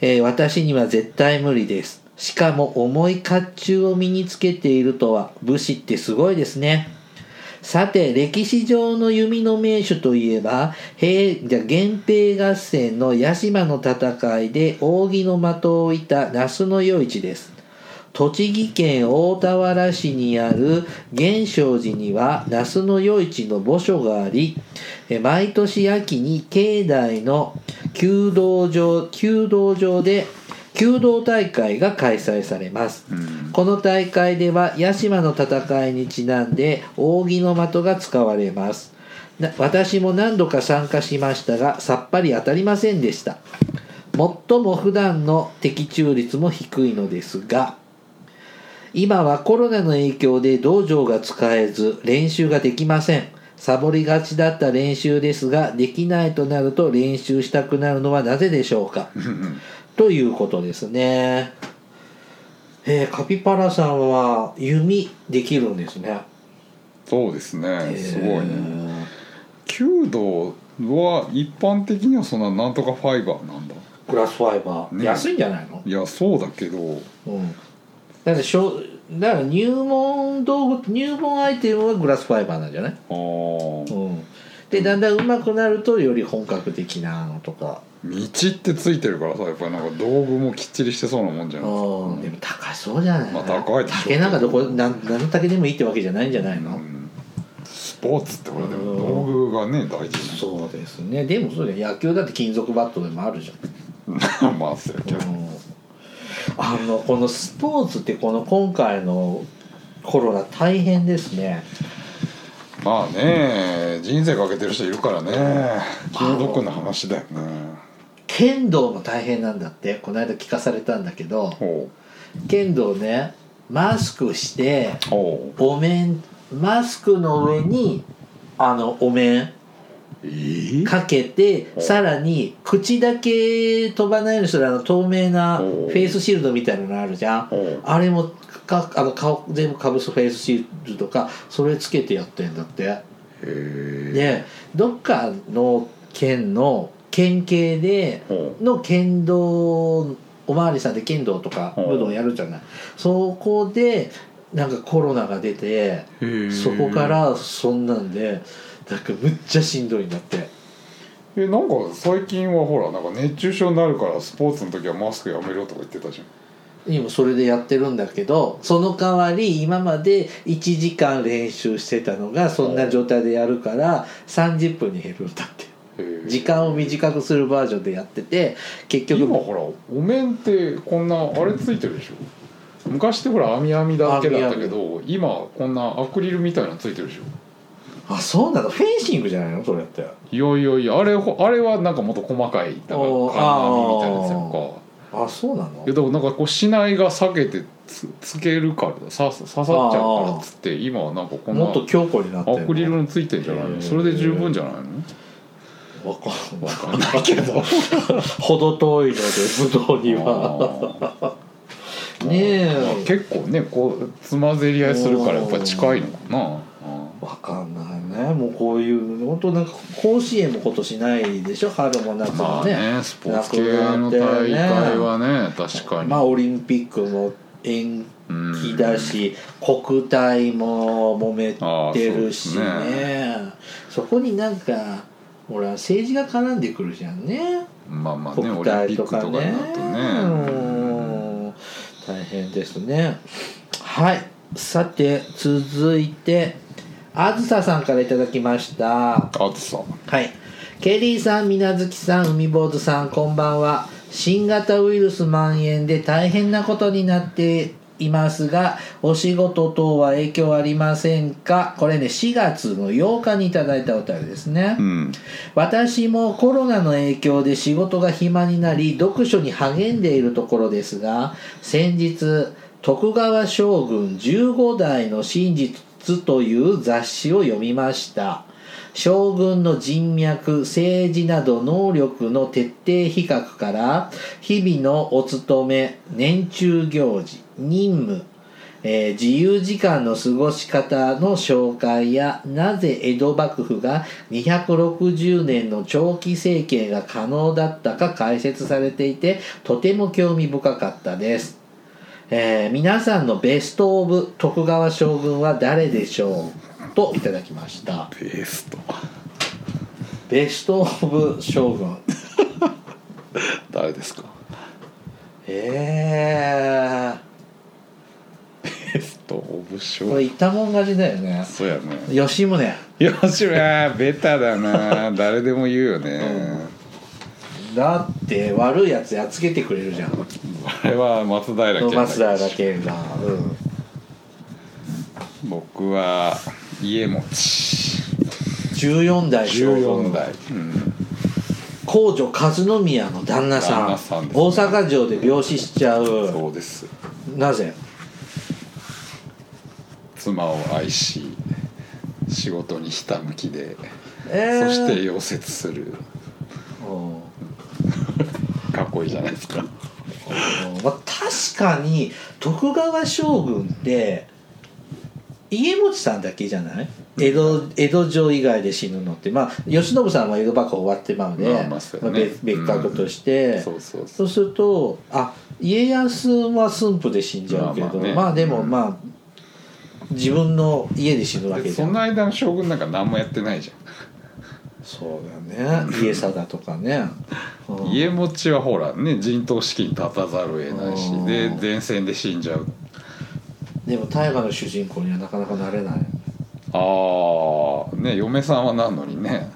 [SPEAKER 1] えー私には絶対無理ですしかも重い甲冑を身につけているとは武士ってすごいですねさて歴史上の弓の名手といえば平じゃ源平合戦の屋島の戦いで扇の的を射た那須の与一です栃木県大田原市にある源証寺には那須の与一の墓所がありえ毎年秋に境内の弓道場弓道場で弓道大会が開催されます
[SPEAKER 2] うん
[SPEAKER 1] この大会では屋島の戦いにちなんで扇の的が使われますな私も何度か参加しましたがさっぱり当たりませんでした最も普段の的中率も低いのですが今はコロナの影響で道場が使えず練習ができませんサボりがちだった練習ですができないとなると練習したくなるのはなぜでしょうかということですねえーカピパラさんは弓できるんですね
[SPEAKER 2] そうですねすごいね
[SPEAKER 1] ね
[SPEAKER 2] 弓道は一般的にはそんななんとかファイバーなんだ
[SPEAKER 1] グラスファイバー、
[SPEAKER 2] ね
[SPEAKER 1] 安いんじゃないの
[SPEAKER 2] いやそうだけど
[SPEAKER 1] うんだってしょだから入門道具入門アイテムはグラスファイバーなんじゃない、
[SPEAKER 2] あ
[SPEAKER 1] う
[SPEAKER 2] ー
[SPEAKER 1] ん、でだんだん上手くなるとより本格的なのとか
[SPEAKER 2] 道ってついてるからさやっぱりなんか道具もきっちりしてそうなもんじゃ
[SPEAKER 1] う
[SPEAKER 2] ない
[SPEAKER 1] んでも高そうじゃない、
[SPEAKER 2] まあ高いでしょう
[SPEAKER 1] 竹なんかどこなん何の竹でもいいってわけじゃないんじゃないの、
[SPEAKER 2] うんスポーツってこれでも
[SPEAKER 1] う
[SPEAKER 2] 道具がね大事
[SPEAKER 1] そうですねでもそうだよ野球だって金属バットでもあるじゃん
[SPEAKER 2] な まあそうやけど
[SPEAKER 1] うんあのこのスポーツってこの今回のコロナ大変ですね
[SPEAKER 2] まあね人生かけてる人いるからね気の毒な話だよね
[SPEAKER 1] 剣道も大変なんだってこの間聞かされたんだけど
[SPEAKER 2] ほ
[SPEAKER 1] 剣道ねマスクして
[SPEAKER 2] うほ
[SPEAKER 1] お面マスクの上にあのお面
[SPEAKER 2] うえ
[SPEAKER 1] かけて
[SPEAKER 2] お
[SPEAKER 1] さらに口だけ飛ばないようにするあの透明なフ
[SPEAKER 2] お
[SPEAKER 1] ェイスシールドみたいなのあるじゃん
[SPEAKER 2] ほう
[SPEAKER 1] あれもかあの顔全部かぶすフェイスシールドとかそれつけてやってんだって
[SPEAKER 2] へえ
[SPEAKER 1] でどっかの県の県警で
[SPEAKER 2] ほう
[SPEAKER 1] の剣道おまわりさんで剣道とか
[SPEAKER 2] うん
[SPEAKER 1] 武道やるじゃないそこでなんかコロナが出て
[SPEAKER 2] へえ
[SPEAKER 1] そこからそんなんでなんかむっちゃしんどいんだって
[SPEAKER 2] えなんか最近はほらなんか熱中症になるからスポーツの時はマスクやめろとか言ってたじゃん
[SPEAKER 1] 今それでやってるんだけどその代わり今まで1時間練習してたのがそんな状態でやるから30分に減るんだって
[SPEAKER 2] へえ
[SPEAKER 1] 時間を短くするバージョンでやってて結局
[SPEAKER 2] 今ほらお面ってこんなあれついてるでしょ昔ってほら網網だけだったけど今こんなアクリルみたいなのついてるでしょ
[SPEAKER 1] あそうなのフェンシングじゃないのそれって
[SPEAKER 2] いやいやいやあれほあれはなんかもっと細かいなんか金網みたいなやつやんか
[SPEAKER 1] あそうないの
[SPEAKER 2] やでもなんかこうしないが避けてつつけるからさ刺さっちゃうからっつって今はなんかこんな
[SPEAKER 1] もっと強固になってんの
[SPEAKER 2] アクリルのついてんじゃない
[SPEAKER 1] へー
[SPEAKER 2] のそれで十分じゃないの
[SPEAKER 1] わかんない
[SPEAKER 2] わかんないけど
[SPEAKER 1] 程遠いので武道には
[SPEAKER 2] あー
[SPEAKER 1] ねえ
[SPEAKER 2] まあ結構ねこうつまぜり合いするからやっぱ近いのかな
[SPEAKER 1] わかんないねもうこういう本当なんか甲子園も今年ないでしょ春も夏
[SPEAKER 2] うんま
[SPEAKER 1] も
[SPEAKER 2] あ
[SPEAKER 1] ね,、
[SPEAKER 2] ねスポーツ系の大会はね確かに
[SPEAKER 1] まあオリンピックも延期だし、国体も揉めてるしね
[SPEAKER 2] ああそう
[SPEAKER 1] そこになんかほら政治が絡んでくるじゃんね
[SPEAKER 2] まあまあね
[SPEAKER 1] 国
[SPEAKER 2] オリンピ
[SPEAKER 1] 体
[SPEAKER 2] ック
[SPEAKER 1] と
[SPEAKER 2] とか
[SPEAKER 1] か
[SPEAKER 2] に
[SPEAKER 1] ね
[SPEAKER 2] なると
[SPEAKER 1] う
[SPEAKER 2] ね
[SPEAKER 1] ん大変ですねはいさて続いてあずささんからいただきました
[SPEAKER 2] あとさ
[SPEAKER 1] はいケリーさん水無月さん海坊主さんこんばんは新型ウイルス蔓延で大変なことになっていますがお仕事等は影響ありませんかこれね4月の8日にいただいたお便りですね、
[SPEAKER 2] うん
[SPEAKER 1] 私もコロナの影響で仕事が暇になり読書に励んでいるところですが先日徳川将軍15代の真実という雑誌を読みました将軍の人脈政治など能力の徹底比較から日々のお勤め年中行事任務えー自由時間の過ごし方の紹介やなぜ江戸幕府が260年の長期政権が可能だったか解説されていてとても興味深かったです、えー皆さんのベスト・オブ徳川将軍は誰でしょうといただきました
[SPEAKER 2] ベースと
[SPEAKER 1] ベスト・オブ将軍
[SPEAKER 2] 誰ですか
[SPEAKER 1] え
[SPEAKER 2] ベースとオブシ
[SPEAKER 1] ー、これ
[SPEAKER 2] ョ
[SPEAKER 1] い
[SPEAKER 2] ー
[SPEAKER 1] たもん勝ちだよね
[SPEAKER 2] そうやね
[SPEAKER 1] 吉宗
[SPEAKER 2] よしはベタだな誰でも言うよね、
[SPEAKER 1] だって悪いやつやっつけてくれるじゃん
[SPEAKER 2] あれは松平健
[SPEAKER 1] 松平健が、うん、
[SPEAKER 2] 僕は家持ち
[SPEAKER 1] 14代将軍
[SPEAKER 2] 14代、うん
[SPEAKER 1] 皇女和宮の旦那さん
[SPEAKER 2] 旦那さんですね
[SPEAKER 1] 大阪城で病死しちゃう
[SPEAKER 2] そうです
[SPEAKER 1] なぜ
[SPEAKER 2] 妻を愛し仕事にひたむきで、
[SPEAKER 1] えー
[SPEAKER 2] そして溶接する
[SPEAKER 1] うんうん
[SPEAKER 2] かっこいいじゃないですか
[SPEAKER 1] まあ確かに徳川将軍って家持さんだけじゃない江戸江戸城以外で死ぬのってまあ慶喜さんは江戸幕府終わってまうで、
[SPEAKER 2] まあまあそうやね
[SPEAKER 1] 別別格として、
[SPEAKER 2] そうそう
[SPEAKER 1] そ
[SPEAKER 2] そう
[SPEAKER 1] うするとあ家康は駿府で死んじゃうけど、ま
[SPEAKER 2] ま
[SPEAKER 1] あ
[SPEAKER 2] あまあね
[SPEAKER 1] でも
[SPEAKER 2] うん
[SPEAKER 1] まあ、自分の家で死ぬわけ
[SPEAKER 2] で
[SPEAKER 1] じ
[SPEAKER 2] そ
[SPEAKER 1] ゃん
[SPEAKER 2] の間の将軍なんか何もやってないじゃ
[SPEAKER 1] そうだね家定とかね、うん
[SPEAKER 2] ん 家持ちはほらね陣頭指揮に立たざるを得ないし
[SPEAKER 1] うん
[SPEAKER 2] で前線で死んじゃう
[SPEAKER 1] でも大河の主人公にはなかなかなれない
[SPEAKER 2] ああね嫁さんはなんのにね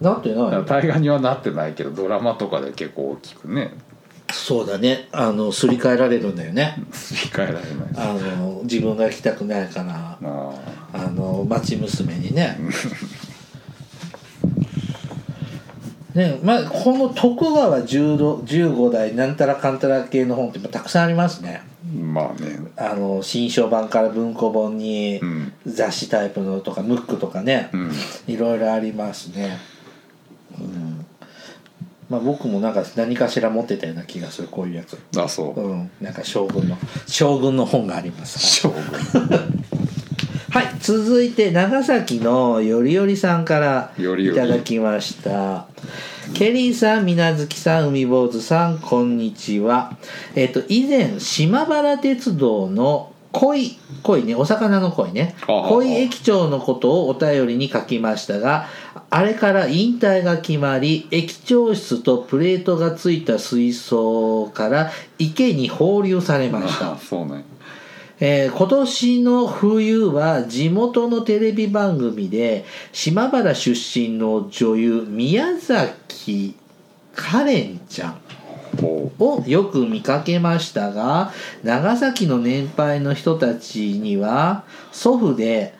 [SPEAKER 1] なってない
[SPEAKER 2] 大河にはなってないけどドラマとかで結構大きくね
[SPEAKER 1] そうだねあのすり替えられるんだよね
[SPEAKER 2] すり替えられないです
[SPEAKER 1] あの自分が行きたくないから
[SPEAKER 2] あ
[SPEAKER 1] あの町娘にね ねまあこの徳川十五15代なんたらかんたら系の本ってまあたくさんありますね
[SPEAKER 2] ーまあね
[SPEAKER 1] あの新書版から文庫本に
[SPEAKER 2] うん
[SPEAKER 1] 雑誌タイプのとかムックとかね、
[SPEAKER 2] うん
[SPEAKER 1] いろいろありますねうんまあ僕もなんか何かしら持ってたような気がするこういうやつ
[SPEAKER 2] あそううん
[SPEAKER 1] なんか将軍の将軍の本がありますはい
[SPEAKER 2] 将軍
[SPEAKER 1] はい、続いて長崎のよりよりさんから
[SPEAKER 2] よりよ
[SPEAKER 1] い
[SPEAKER 2] り
[SPEAKER 1] ただきました。ケリーさん、みなずきさん、海坊主さん、こんにちは。えっと、以前、島原鉄道の恋、恋ね、お魚の恋ね、
[SPEAKER 2] ああ
[SPEAKER 1] 恋駅長のことをお便りに書きましたが、あれから引退が決まり、駅長室とプレートがついた水槽から池に放流されました
[SPEAKER 2] あ。そうね
[SPEAKER 1] えー今年の冬は地元のテレビ番組で島原出身の女優宮崎カレンちゃん
[SPEAKER 2] ほ
[SPEAKER 1] をよく見かけましたが長崎の年配の人たちには祖父で、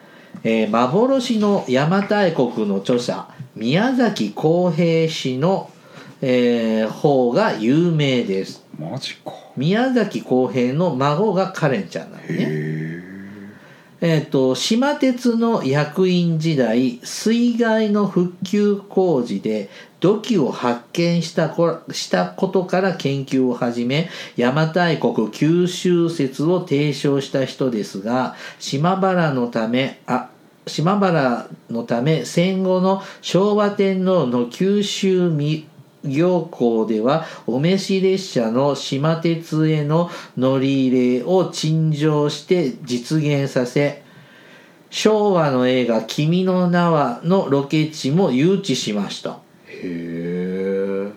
[SPEAKER 1] えー幻の邪馬台国の著者宮崎康平氏の、えー方が有名です
[SPEAKER 2] うマジか
[SPEAKER 1] 宮崎康平の孫がカレンちゃんなのね。
[SPEAKER 2] へ
[SPEAKER 1] えっと島鉄の役員時代水害の復旧工事で土器を発見したこしたことから研究を始め邪馬台国九州説を提唱した人ですが島原のためあ島原のため戦後の昭和天皇の九州み行港ではお召し列車の島鉄への乗り入れを陳情して実現させ昭和の映画「君の名は」のロケ地も誘致しましたへえ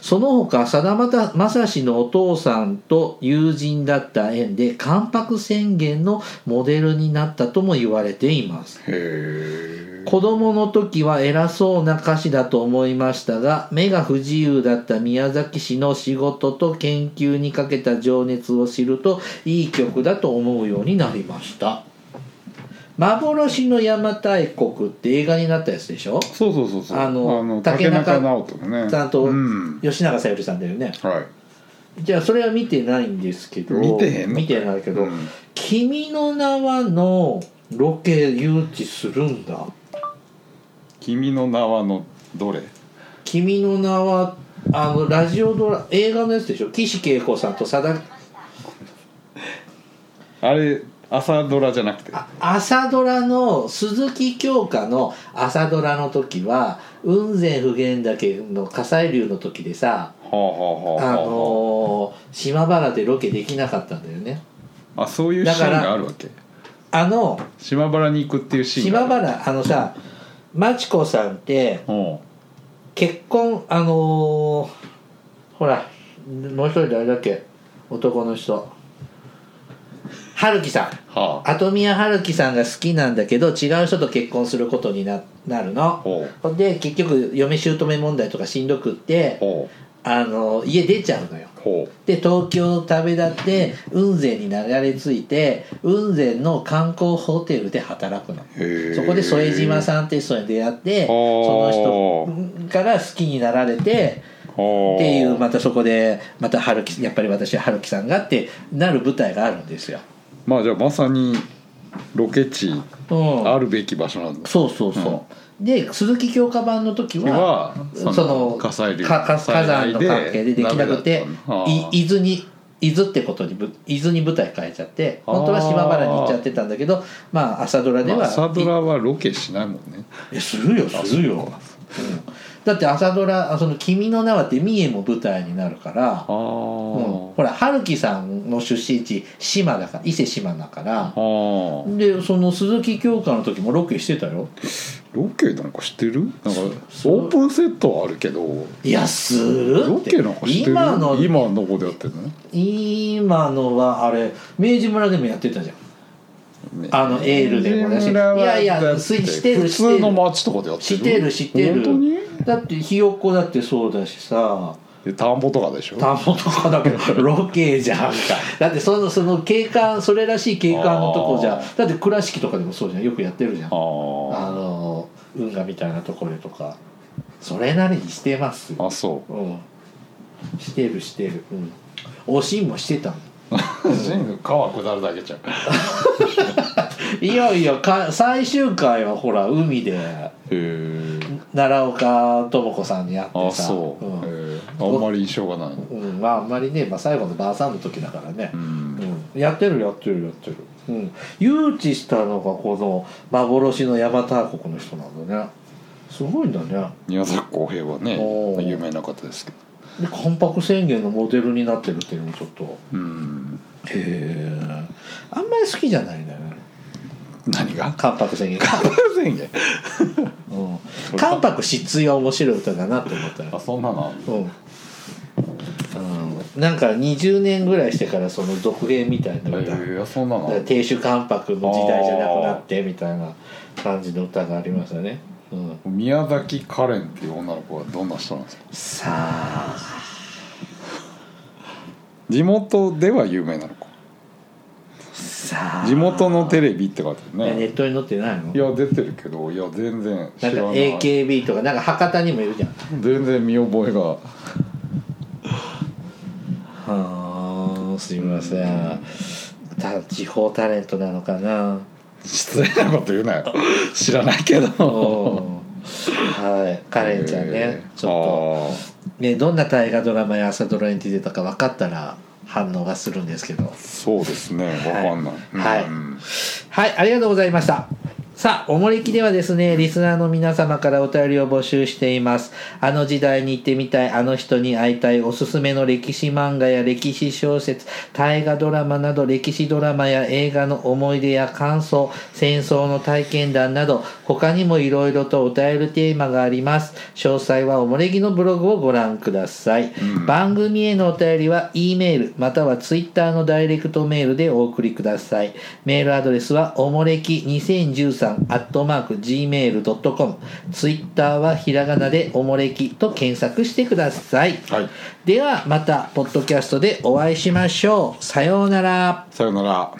[SPEAKER 1] その他さだまたまさしのお父さんと友人だった縁で関白宣言のモデルになったとも言われています
[SPEAKER 2] えへえ
[SPEAKER 1] 子供の時は偉そうな歌詞だと思いましたが目が不自由だった宮崎市の仕事と研究にかけた情熱を知るといい曲だと思うようになりました幻の邪馬台国って映画になったやつでしょ
[SPEAKER 2] そうそうそうそう
[SPEAKER 1] あの竹
[SPEAKER 2] 竹
[SPEAKER 1] 中
[SPEAKER 2] 中直人のね
[SPEAKER 1] ちゃんと
[SPEAKER 2] うん
[SPEAKER 1] 吉永小百合さんだよね
[SPEAKER 2] はい
[SPEAKER 1] じゃあそれは見てないんですけど
[SPEAKER 2] 見てへんの
[SPEAKER 1] 見てないけど「
[SPEAKER 2] うん
[SPEAKER 1] 君の名は」のロケ誘致するんだ
[SPEAKER 2] 君の名はのどれ
[SPEAKER 1] 「君の名は」あのラジオドラ映画のやつでしょ岸恵子さんとさだ
[SPEAKER 2] あれ朝ドラじゃなくて
[SPEAKER 1] あ朝ドラの鈴木京香の朝ドラの時は雲仙普賢岳の火砕流の時でさ
[SPEAKER 2] は
[SPEAKER 1] あ
[SPEAKER 2] あはあはあは
[SPEAKER 1] のー島原でロケできなかったんだよね
[SPEAKER 2] ああそういうシーンがあるわけ
[SPEAKER 1] あの
[SPEAKER 2] 島原に行くっていうシーンがあ
[SPEAKER 1] 島
[SPEAKER 2] る
[SPEAKER 1] 原あのさ真知子さんって
[SPEAKER 2] うん
[SPEAKER 1] 結婚あのーほらもう一人誰だっけ男の人春樹さん
[SPEAKER 2] はあ
[SPEAKER 1] 後宮春樹さんが好きなんだけど違う人と結婚することにななるの
[SPEAKER 2] ほう
[SPEAKER 1] ほんで結局嫁姑問題とかしんどくって
[SPEAKER 2] ほ
[SPEAKER 1] あのー家出ちゃうのよ
[SPEAKER 2] うほ
[SPEAKER 1] で東京を旅立って雲仙に流れ着いて雲仙の観光ホテルで働くの
[SPEAKER 2] うへえ
[SPEAKER 1] そこで副島さんっていう人に出会ってそ
[SPEAKER 2] ほう
[SPEAKER 1] の人から好きになられて
[SPEAKER 2] ほ
[SPEAKER 1] っていうまたそこでまた春樹やっぱり私は春樹さんがってなる舞台があるんですよ。
[SPEAKER 2] まあじゃあまさにロケ地
[SPEAKER 1] うん、
[SPEAKER 2] あるべき場所なんです
[SPEAKER 1] そうそうそう、で鈴木京香版の時は
[SPEAKER 2] その火砕流
[SPEAKER 1] かか
[SPEAKER 2] 火砕
[SPEAKER 1] 火山
[SPEAKER 2] 流
[SPEAKER 1] の
[SPEAKER 2] で
[SPEAKER 1] 関係でできなくて
[SPEAKER 2] ダメだったのあー
[SPEAKER 1] い伊豆に伊豆ってことにぶ伊豆に舞台変えちゃって本当は島原に行っちゃってたんだけどまあ朝ドラで
[SPEAKER 2] まあ
[SPEAKER 1] は、
[SPEAKER 2] 朝ドラはロケしないもんね
[SPEAKER 1] えするよするよ、うん、だって朝ドラあその「君の名は」って三重も舞台になるから
[SPEAKER 2] あ、
[SPEAKER 1] うん、ほら春樹さんの出身地島だから伊勢島だから
[SPEAKER 2] あー
[SPEAKER 1] でその鈴木京香の時もロケしてたよ
[SPEAKER 2] ロケなんかしてるなんかオ
[SPEAKER 1] そう
[SPEAKER 2] ープンセットはあるけど
[SPEAKER 1] いやする
[SPEAKER 2] ロ
[SPEAKER 1] って
[SPEAKER 2] ケなんかしてる
[SPEAKER 1] 今の
[SPEAKER 2] 今のこでやってるのね
[SPEAKER 1] 今のはあれ明治村でもやってたじゃん
[SPEAKER 2] ね
[SPEAKER 1] あのエールでもだし
[SPEAKER 2] エールはい
[SPEAKER 1] やいや
[SPEAKER 2] だって
[SPEAKER 1] ししてる
[SPEAKER 2] 普通の街とかでやって
[SPEAKER 1] 知
[SPEAKER 2] る
[SPEAKER 1] ってる知ってる
[SPEAKER 2] 本当に
[SPEAKER 1] だってひよっこだってそうだしさ
[SPEAKER 2] で田んぼとかでしょ
[SPEAKER 1] 田んぼとかだけ どロケじゃんかだってそのその景観それらしい景観のとこじゃ
[SPEAKER 2] あ
[SPEAKER 1] だって倉敷とかでもそうじゃんよくやってるじゃんあ
[SPEAKER 2] あ
[SPEAKER 1] の運河みたいなところとかそれなりにしてます
[SPEAKER 2] ああそ
[SPEAKER 1] うんしてるしてるうんおしんもしてたもん
[SPEAKER 2] う全部川下るだけじゃん
[SPEAKER 1] いやいやか最終回はほら海で
[SPEAKER 2] へえ
[SPEAKER 1] 奈良岡智子さんに会ってさ
[SPEAKER 2] あそう、
[SPEAKER 1] うん
[SPEAKER 2] へえあんまり印象がない
[SPEAKER 1] うんまああんまりね、まあ、最後のばあさんの時だからね
[SPEAKER 2] う、ん
[SPEAKER 1] うんやってるやってるやってる、うん、誘致したのがこの幻の邪馬台国の人なんだねすごいんだね
[SPEAKER 2] 宮崎康平はね
[SPEAKER 1] おー
[SPEAKER 2] 有名な方ですけ
[SPEAKER 1] で
[SPEAKER 2] ど
[SPEAKER 1] 関白宣言のモデルになってるっていうのもちょっとへ
[SPEAKER 2] うん
[SPEAKER 1] えあんまり好きじゃないんだよね
[SPEAKER 2] 何が
[SPEAKER 1] 関白宣言、
[SPEAKER 2] 宣言
[SPEAKER 1] うん、関白失墜は面白い歌だなと思ったよ
[SPEAKER 2] あそんなの
[SPEAKER 1] うんなんか20年ぐらいしてからその続編みたい
[SPEAKER 2] え
[SPEAKER 1] な歌、
[SPEAKER 2] ー、そんなの
[SPEAKER 1] 亭主関白の時代じゃなくなってみたいな感じの歌がありましたね、うん、
[SPEAKER 2] 宮崎カレンっていう女の子はどんな人なんですか
[SPEAKER 1] さあ
[SPEAKER 2] 地元では有名なのか
[SPEAKER 1] さあ
[SPEAKER 2] 地元のテレビって書いてあ
[SPEAKER 1] いや
[SPEAKER 2] る
[SPEAKER 1] ネ
[SPEAKER 2] ね
[SPEAKER 1] ットに載ってないの
[SPEAKER 2] いや出てるけどいや全然知
[SPEAKER 1] な
[SPEAKER 2] ら
[SPEAKER 1] んか
[SPEAKER 2] ない
[SPEAKER 1] AKB とかなんか博多にもいるじゃん
[SPEAKER 2] 全然見覚えが
[SPEAKER 1] はあすいませんた地方タレントなのかな
[SPEAKER 2] 失礼なこと言 うなよ知らないけど
[SPEAKER 1] おーはいカレンちゃんね
[SPEAKER 2] えー
[SPEAKER 1] ちょっとねどんな大河ドラマや朝ドラに出てたか分かったら反応がするんですけど
[SPEAKER 2] あーそうですねわかんない、
[SPEAKER 1] はい
[SPEAKER 2] うん
[SPEAKER 1] はい、ありがとうございました。さあ、おもれきではですね、リスナーの皆様からお便りを募集しています。あの時代に行ってみたい、あの人に会いたい、おすすめの歴史漫画や歴史小説、大河ドラマなど歴史ドラマや映画の思い出や感想、戦争の体験談など、他にもいろいろとお便りテーマがあります。詳細はおもれきのブログをご覧ください。番組へのお便りは E メールまたは Twitter のダイレクトメールでお送りくださいメールアドレスはおもれき2013 gmail.com Twitter はひらがなでおもれきと検索してください、
[SPEAKER 2] はい、
[SPEAKER 1] ではまたポッドキャストでお会いしましょうさようなら
[SPEAKER 2] さよなら